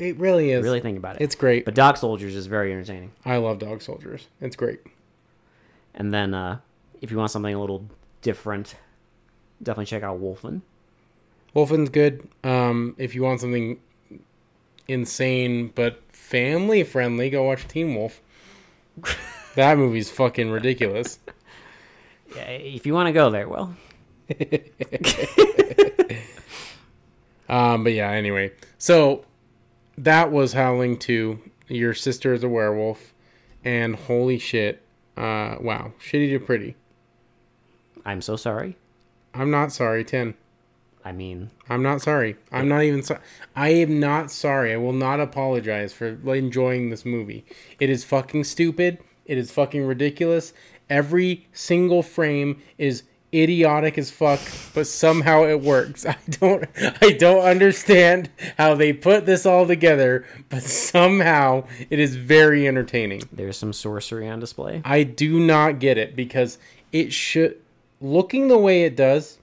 Speaker 1: It really is.
Speaker 2: Really think about it.
Speaker 1: It's great.
Speaker 2: but Dog Soldiers is very entertaining.
Speaker 1: I love Dog Soldiers. It's great.
Speaker 2: And then uh if you want something a little different, definitely check out Wolfen.
Speaker 1: Wolfen's good. Um, if you want something insane but family friendly, go watch Teen Wolf. that movie's fucking ridiculous.
Speaker 2: Yeah, If you want to go there, well,
Speaker 1: Um, but yeah, anyway. So that was Howling 2. Your sister is a werewolf. And holy shit. Uh, wow. Shitty to pretty.
Speaker 2: I'm so sorry.
Speaker 1: I'm not sorry, 10.
Speaker 2: I mean,
Speaker 1: I'm not sorry. I'm not even sorry. I am not sorry. I will not apologize for enjoying this movie. It is fucking stupid. It is fucking ridiculous. Every single frame is idiotic as fuck, but somehow it works. *laughs* I don't I don't understand how they put this all together, but somehow it is very entertaining.
Speaker 2: there's some sorcery on display.
Speaker 1: I do not get it because it should looking the way it does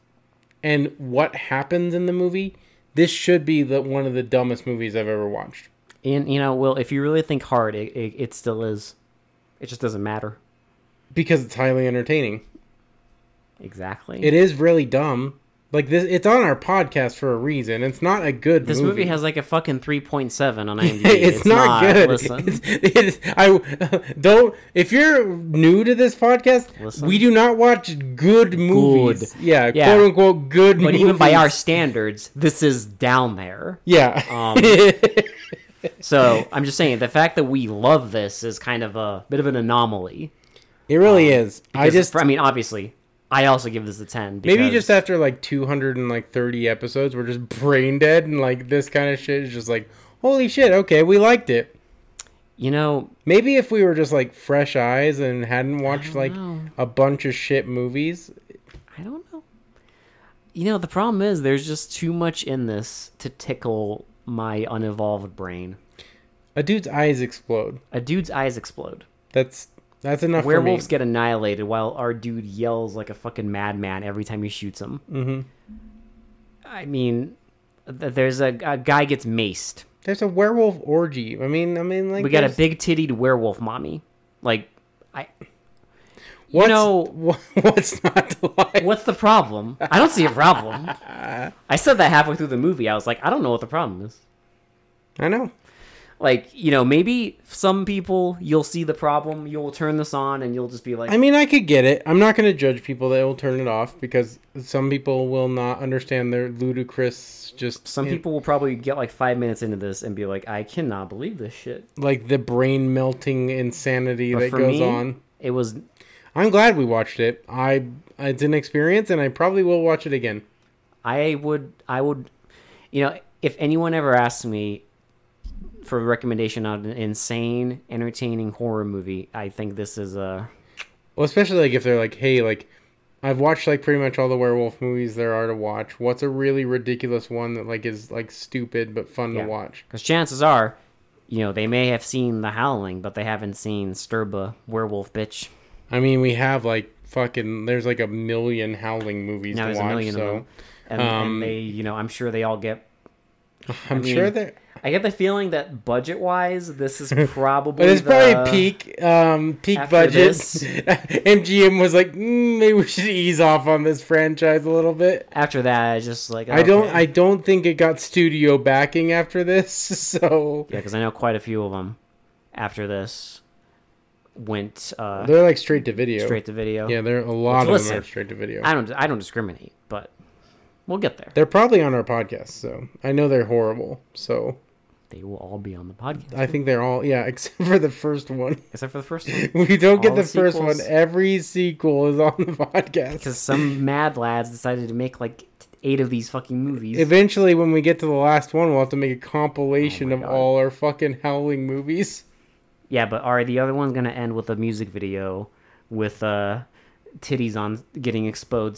Speaker 1: and what happens in the movie, this should be the one of the dumbest movies I've ever watched.
Speaker 2: And you know, well, if you really think hard, it, it, it still is. It just doesn't matter.
Speaker 1: Because it's highly entertaining.
Speaker 2: Exactly.
Speaker 1: It is really dumb, Like this, it's on our podcast for a reason. It's not a good.
Speaker 2: This
Speaker 1: movie, *laughs*
Speaker 2: movie has like a fucking 3.7 on IMDb.
Speaker 1: it's, not, good.
Speaker 2: Listen,
Speaker 1: *laughs* It's, it's, I don't. If you're new to this podcast,
Speaker 2: Listen.
Speaker 1: we do not watch good movies. Yeah,
Speaker 2: Yeah.
Speaker 1: quote unquote good.
Speaker 2: but even by
Speaker 1: movies.
Speaker 2: our standards, this is down there.
Speaker 1: yeah,
Speaker 2: *laughs* Um,
Speaker 1: *laughs*
Speaker 2: so I'm just saying the fact that we love this is kind of a bit of an anomaly.
Speaker 1: it really is. I
Speaker 2: 'Cause,
Speaker 1: just
Speaker 2: I mean, obviously, I also give this a 10. Because,
Speaker 1: maybe just after like 200 and like 30 episodes, we're just brain dead and like this kind of shit is just like holy shit. Okay, we liked it.
Speaker 2: you know,
Speaker 1: Maybe if we were just like fresh eyes and hadn't watched like
Speaker 2: know.
Speaker 1: a bunch of shit movies,
Speaker 2: I don't know. You know, the problem is there's just too much in this to tickle my unevolved brain.
Speaker 1: a dude's eyes explode.
Speaker 2: A dude's eyes explode.
Speaker 1: That's that's enough
Speaker 2: Werewolves
Speaker 1: for me.
Speaker 2: get annihilated while our dude yells like a fucking madman every time he shoots him. Mm-hmm. I mean, th- there's a, a guy gets maced.
Speaker 1: There's a werewolf orgy. I mean, I mean, like
Speaker 2: We got a
Speaker 1: there's-
Speaker 2: big tittied werewolf mommy. Like, I
Speaker 1: what's,
Speaker 2: know-
Speaker 1: wha- *laughs* what's not to like.
Speaker 2: what's the problem? I don't see a problem. I said that halfway through the movie. I was like, I don't know what the problem is.
Speaker 1: I know.
Speaker 2: Like, you know, maybe some people you'll see the problem, you'll turn this on, and you'll just be like,
Speaker 1: I mean, I could get it. I'm not going to judge people that will turn it off because some people will not understand their ludicrous. Just
Speaker 2: some
Speaker 1: in-
Speaker 2: people will probably get like five minutes into this and be like, I cannot believe this shit.
Speaker 1: like the brain melting insanity
Speaker 2: But
Speaker 1: that
Speaker 2: for
Speaker 1: goes
Speaker 2: me,
Speaker 1: on.
Speaker 2: it was
Speaker 1: I'm glad we watched it. I it's an experience, and I probably will watch it again.
Speaker 2: I would I would you know if anyone ever asked me for a recommendation on an insane entertaining horror movie I think this is a
Speaker 1: Well, especially like if they're like, hey, like I've watched like pretty much all the werewolf movies there are to watch. What's a really ridiculous one that like is like stupid but fun
Speaker 2: Yeah.
Speaker 1: to watch?
Speaker 2: cuz chances are you know they may have seen The Howling but they haven't seen Sturba Werewolf Bitch
Speaker 1: I mean, we have like fucking. There's like a million howling movies to
Speaker 2: now there's
Speaker 1: watch.
Speaker 2: a million
Speaker 1: so
Speaker 2: of them and,
Speaker 1: um,
Speaker 2: and they you know I'm sure they all get
Speaker 1: I'm
Speaker 2: mean,
Speaker 1: sure that,
Speaker 2: I get the feeling that budget wise
Speaker 1: *laughs*
Speaker 2: this is probably
Speaker 1: but it's
Speaker 2: the-
Speaker 1: probably peak, um, peak
Speaker 2: uh, after
Speaker 1: budget. *laughs*
Speaker 2: this-
Speaker 1: MGM was like, mm, maybe we should ease off on this franchise a little bit.
Speaker 2: after that it's just like
Speaker 1: I don't,
Speaker 2: okay.
Speaker 1: I don't think it got studio backing after this. *laughs* So
Speaker 2: Yeah, because I know quite a few of them after this went uh,
Speaker 1: they're like straight to video.
Speaker 2: straight to video.
Speaker 1: Yeah, there are a lot of
Speaker 2: Listen,
Speaker 1: them are straight to video.
Speaker 2: I don't I don't discriminate, but we'll get there.
Speaker 1: They're probably on our podcast, so I know they're horrible. So
Speaker 2: They will all be on the podcast
Speaker 1: I think they're all yeah, *laughs* except for the first one.
Speaker 2: except for the first one.
Speaker 1: We don't get
Speaker 2: All
Speaker 1: the,
Speaker 2: the
Speaker 1: first one.
Speaker 2: sequels.
Speaker 1: Every sequel is on the *laughs* podcast. *laughs*
Speaker 2: Because some mad lads decided to make like eight of these fucking movies.
Speaker 1: Eventually, when we get to the last one, we'll have to make a compilation
Speaker 2: Oh
Speaker 1: of
Speaker 2: my God.
Speaker 1: all our fucking howling movies. *laughs*
Speaker 2: yeah, but are the other one's gonna end with a music video with uh titties on getting exposed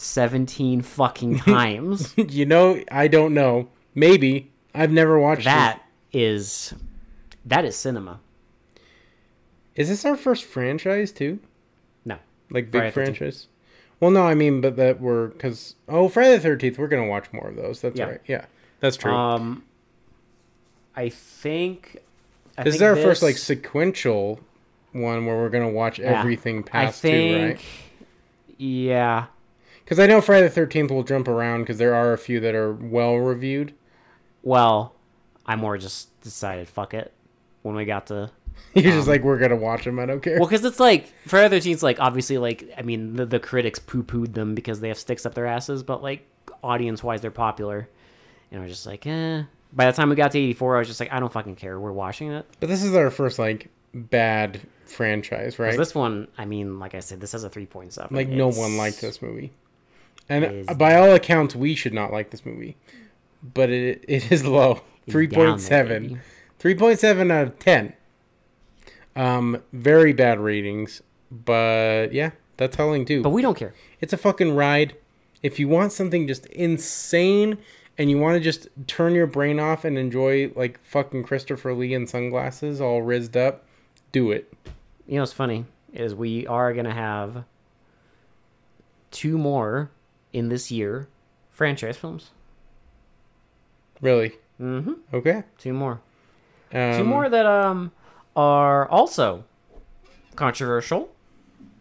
Speaker 1: *laughs*
Speaker 2: seventeen fucking times.
Speaker 1: you know, I don't know. Maybe I've never watched
Speaker 2: that is that is cinema.
Speaker 1: This. Is this our first franchise too?
Speaker 2: No.
Speaker 1: Like
Speaker 2: Friday
Speaker 1: big
Speaker 2: the 13th.
Speaker 1: franchise? Well, no, I mean, but that we're because oh, Friday the Thirteenth, we're gonna watch more of those. That's
Speaker 2: Yeah.
Speaker 1: right. Yeah, that's true.
Speaker 2: Um, I think. I
Speaker 1: This is
Speaker 2: think
Speaker 1: our first like
Speaker 2: this-
Speaker 1: sequential one where we're gonna watch
Speaker 2: yeah.
Speaker 1: everything past
Speaker 2: I
Speaker 1: two,
Speaker 2: think,
Speaker 1: right?
Speaker 2: Yeah,
Speaker 1: Because I know Friday the Thirteenth will jump around because there are a few that are well reviewed.
Speaker 2: well, I more just decided fuck it when we got to
Speaker 1: *laughs* You're
Speaker 2: Um,
Speaker 1: just like we're gonna watch them. I don't care.
Speaker 2: well, because it's like Friday the 13th, like obviously, like I mean, the, the critics poo pooed them because they have sticks up their asses, but like audience wise, they're popular, and I was just like, eh. By the time we got to 84, I was just like, I don't fucking care. We're watching it.
Speaker 1: but this is our first like bad franchise,
Speaker 2: 'Cause
Speaker 1: right?
Speaker 2: This one, I mean, like I said, this has a 3.7.
Speaker 1: like no
Speaker 2: It's-
Speaker 1: one liked this movie,
Speaker 2: is-
Speaker 1: and by all accounts, we should not like this movie. But it it is low,
Speaker 2: down there,
Speaker 1: three point
Speaker 2: baby.
Speaker 1: seven. 3.7 out of 10. Um, very bad ratings, but yeah, that's Howling too.
Speaker 2: But we don't care.
Speaker 1: It's a fucking ride. If you want something just insane and you want to just turn your brain off and enjoy like fucking Christopher Lee in sunglasses all rizzed up, do it.
Speaker 2: you know what's funny is we are gonna have two more in this year franchise films
Speaker 1: Really.
Speaker 2: mm-hmm
Speaker 1: Okay.
Speaker 2: two more
Speaker 1: Um,
Speaker 2: two more that um are also controversial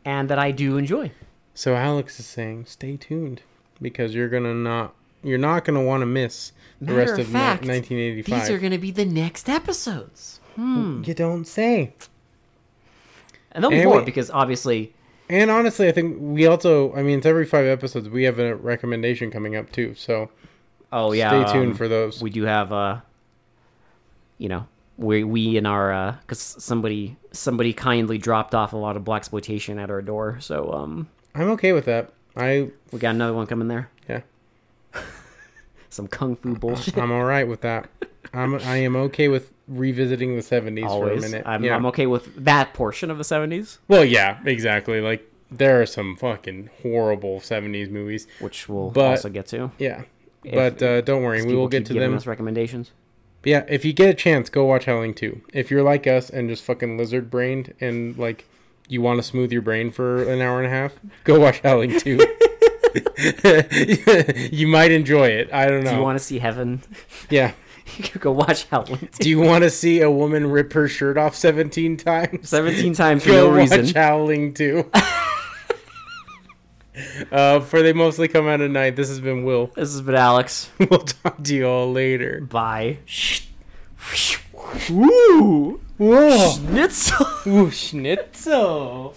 Speaker 2: and that i do enjoy
Speaker 1: So Alex is saying, stay tuned because you're going to not you're not going to want to miss the
Speaker 2: Matter
Speaker 1: rest
Speaker 2: of
Speaker 1: of,
Speaker 2: fact,
Speaker 1: ni- 1985.
Speaker 2: These are going to be the next episodes.
Speaker 1: You don't say.
Speaker 2: And there'll be
Speaker 1: Anyway.
Speaker 2: more because obviously,
Speaker 1: And honestly, I think we also, I mean, it's every five episodes, we have a recommendation coming up too. So
Speaker 2: oh
Speaker 1: stay
Speaker 2: yeah,
Speaker 1: tuned
Speaker 2: um,
Speaker 1: for those.
Speaker 2: we do have uh you know we we in our uh because somebody somebody kindly dropped off a lot of black exploitation at our door so um
Speaker 1: I'm okay with that. I,
Speaker 2: we got another one coming there *laughs*
Speaker 1: yeah,
Speaker 2: some kung fu bullshit
Speaker 1: I'm all right with that. I'm, I am okay with revisiting the 70s for a
Speaker 2: always
Speaker 1: minute.
Speaker 2: I'm,
Speaker 1: yeah.
Speaker 2: I'm okay with that portion of the 70s
Speaker 1: Well, yeah, exactly. Like, there are some fucking horrible 70s movies.
Speaker 2: which we'll
Speaker 1: But-
Speaker 2: also get to
Speaker 1: Yeah. But uh, don't worry, we
Speaker 2: People
Speaker 1: will get
Speaker 2: keep
Speaker 1: to
Speaker 2: giving
Speaker 1: them.
Speaker 2: us recommendations
Speaker 1: Yeah, if you get a chance, go watch Howling 2. If you're like us and just fucking lizard brained and like you want to smooth your brain for an hour and a half, go watch Howling
Speaker 2: *laughs*
Speaker 1: 2. *laughs* you might enjoy it. I don't know.
Speaker 2: do you want to see heaven *laughs*
Speaker 1: yeah.
Speaker 2: you could go watch howling
Speaker 1: *laughs* Do you want to see a woman rip her shirt off 17 times?
Speaker 2: 17 times for
Speaker 1: Go
Speaker 2: no
Speaker 1: watch
Speaker 2: reason
Speaker 1: Howling
Speaker 2: *laughs*
Speaker 1: 2. uh, for they mostly come out at night. This has been Will. *laughs*
Speaker 2: this has been alex
Speaker 1: We'll talk to you all later.
Speaker 2: bye Ooh,
Speaker 1: Whoa.
Speaker 2: schnitzel
Speaker 1: Ooh, Uh, schnitzel.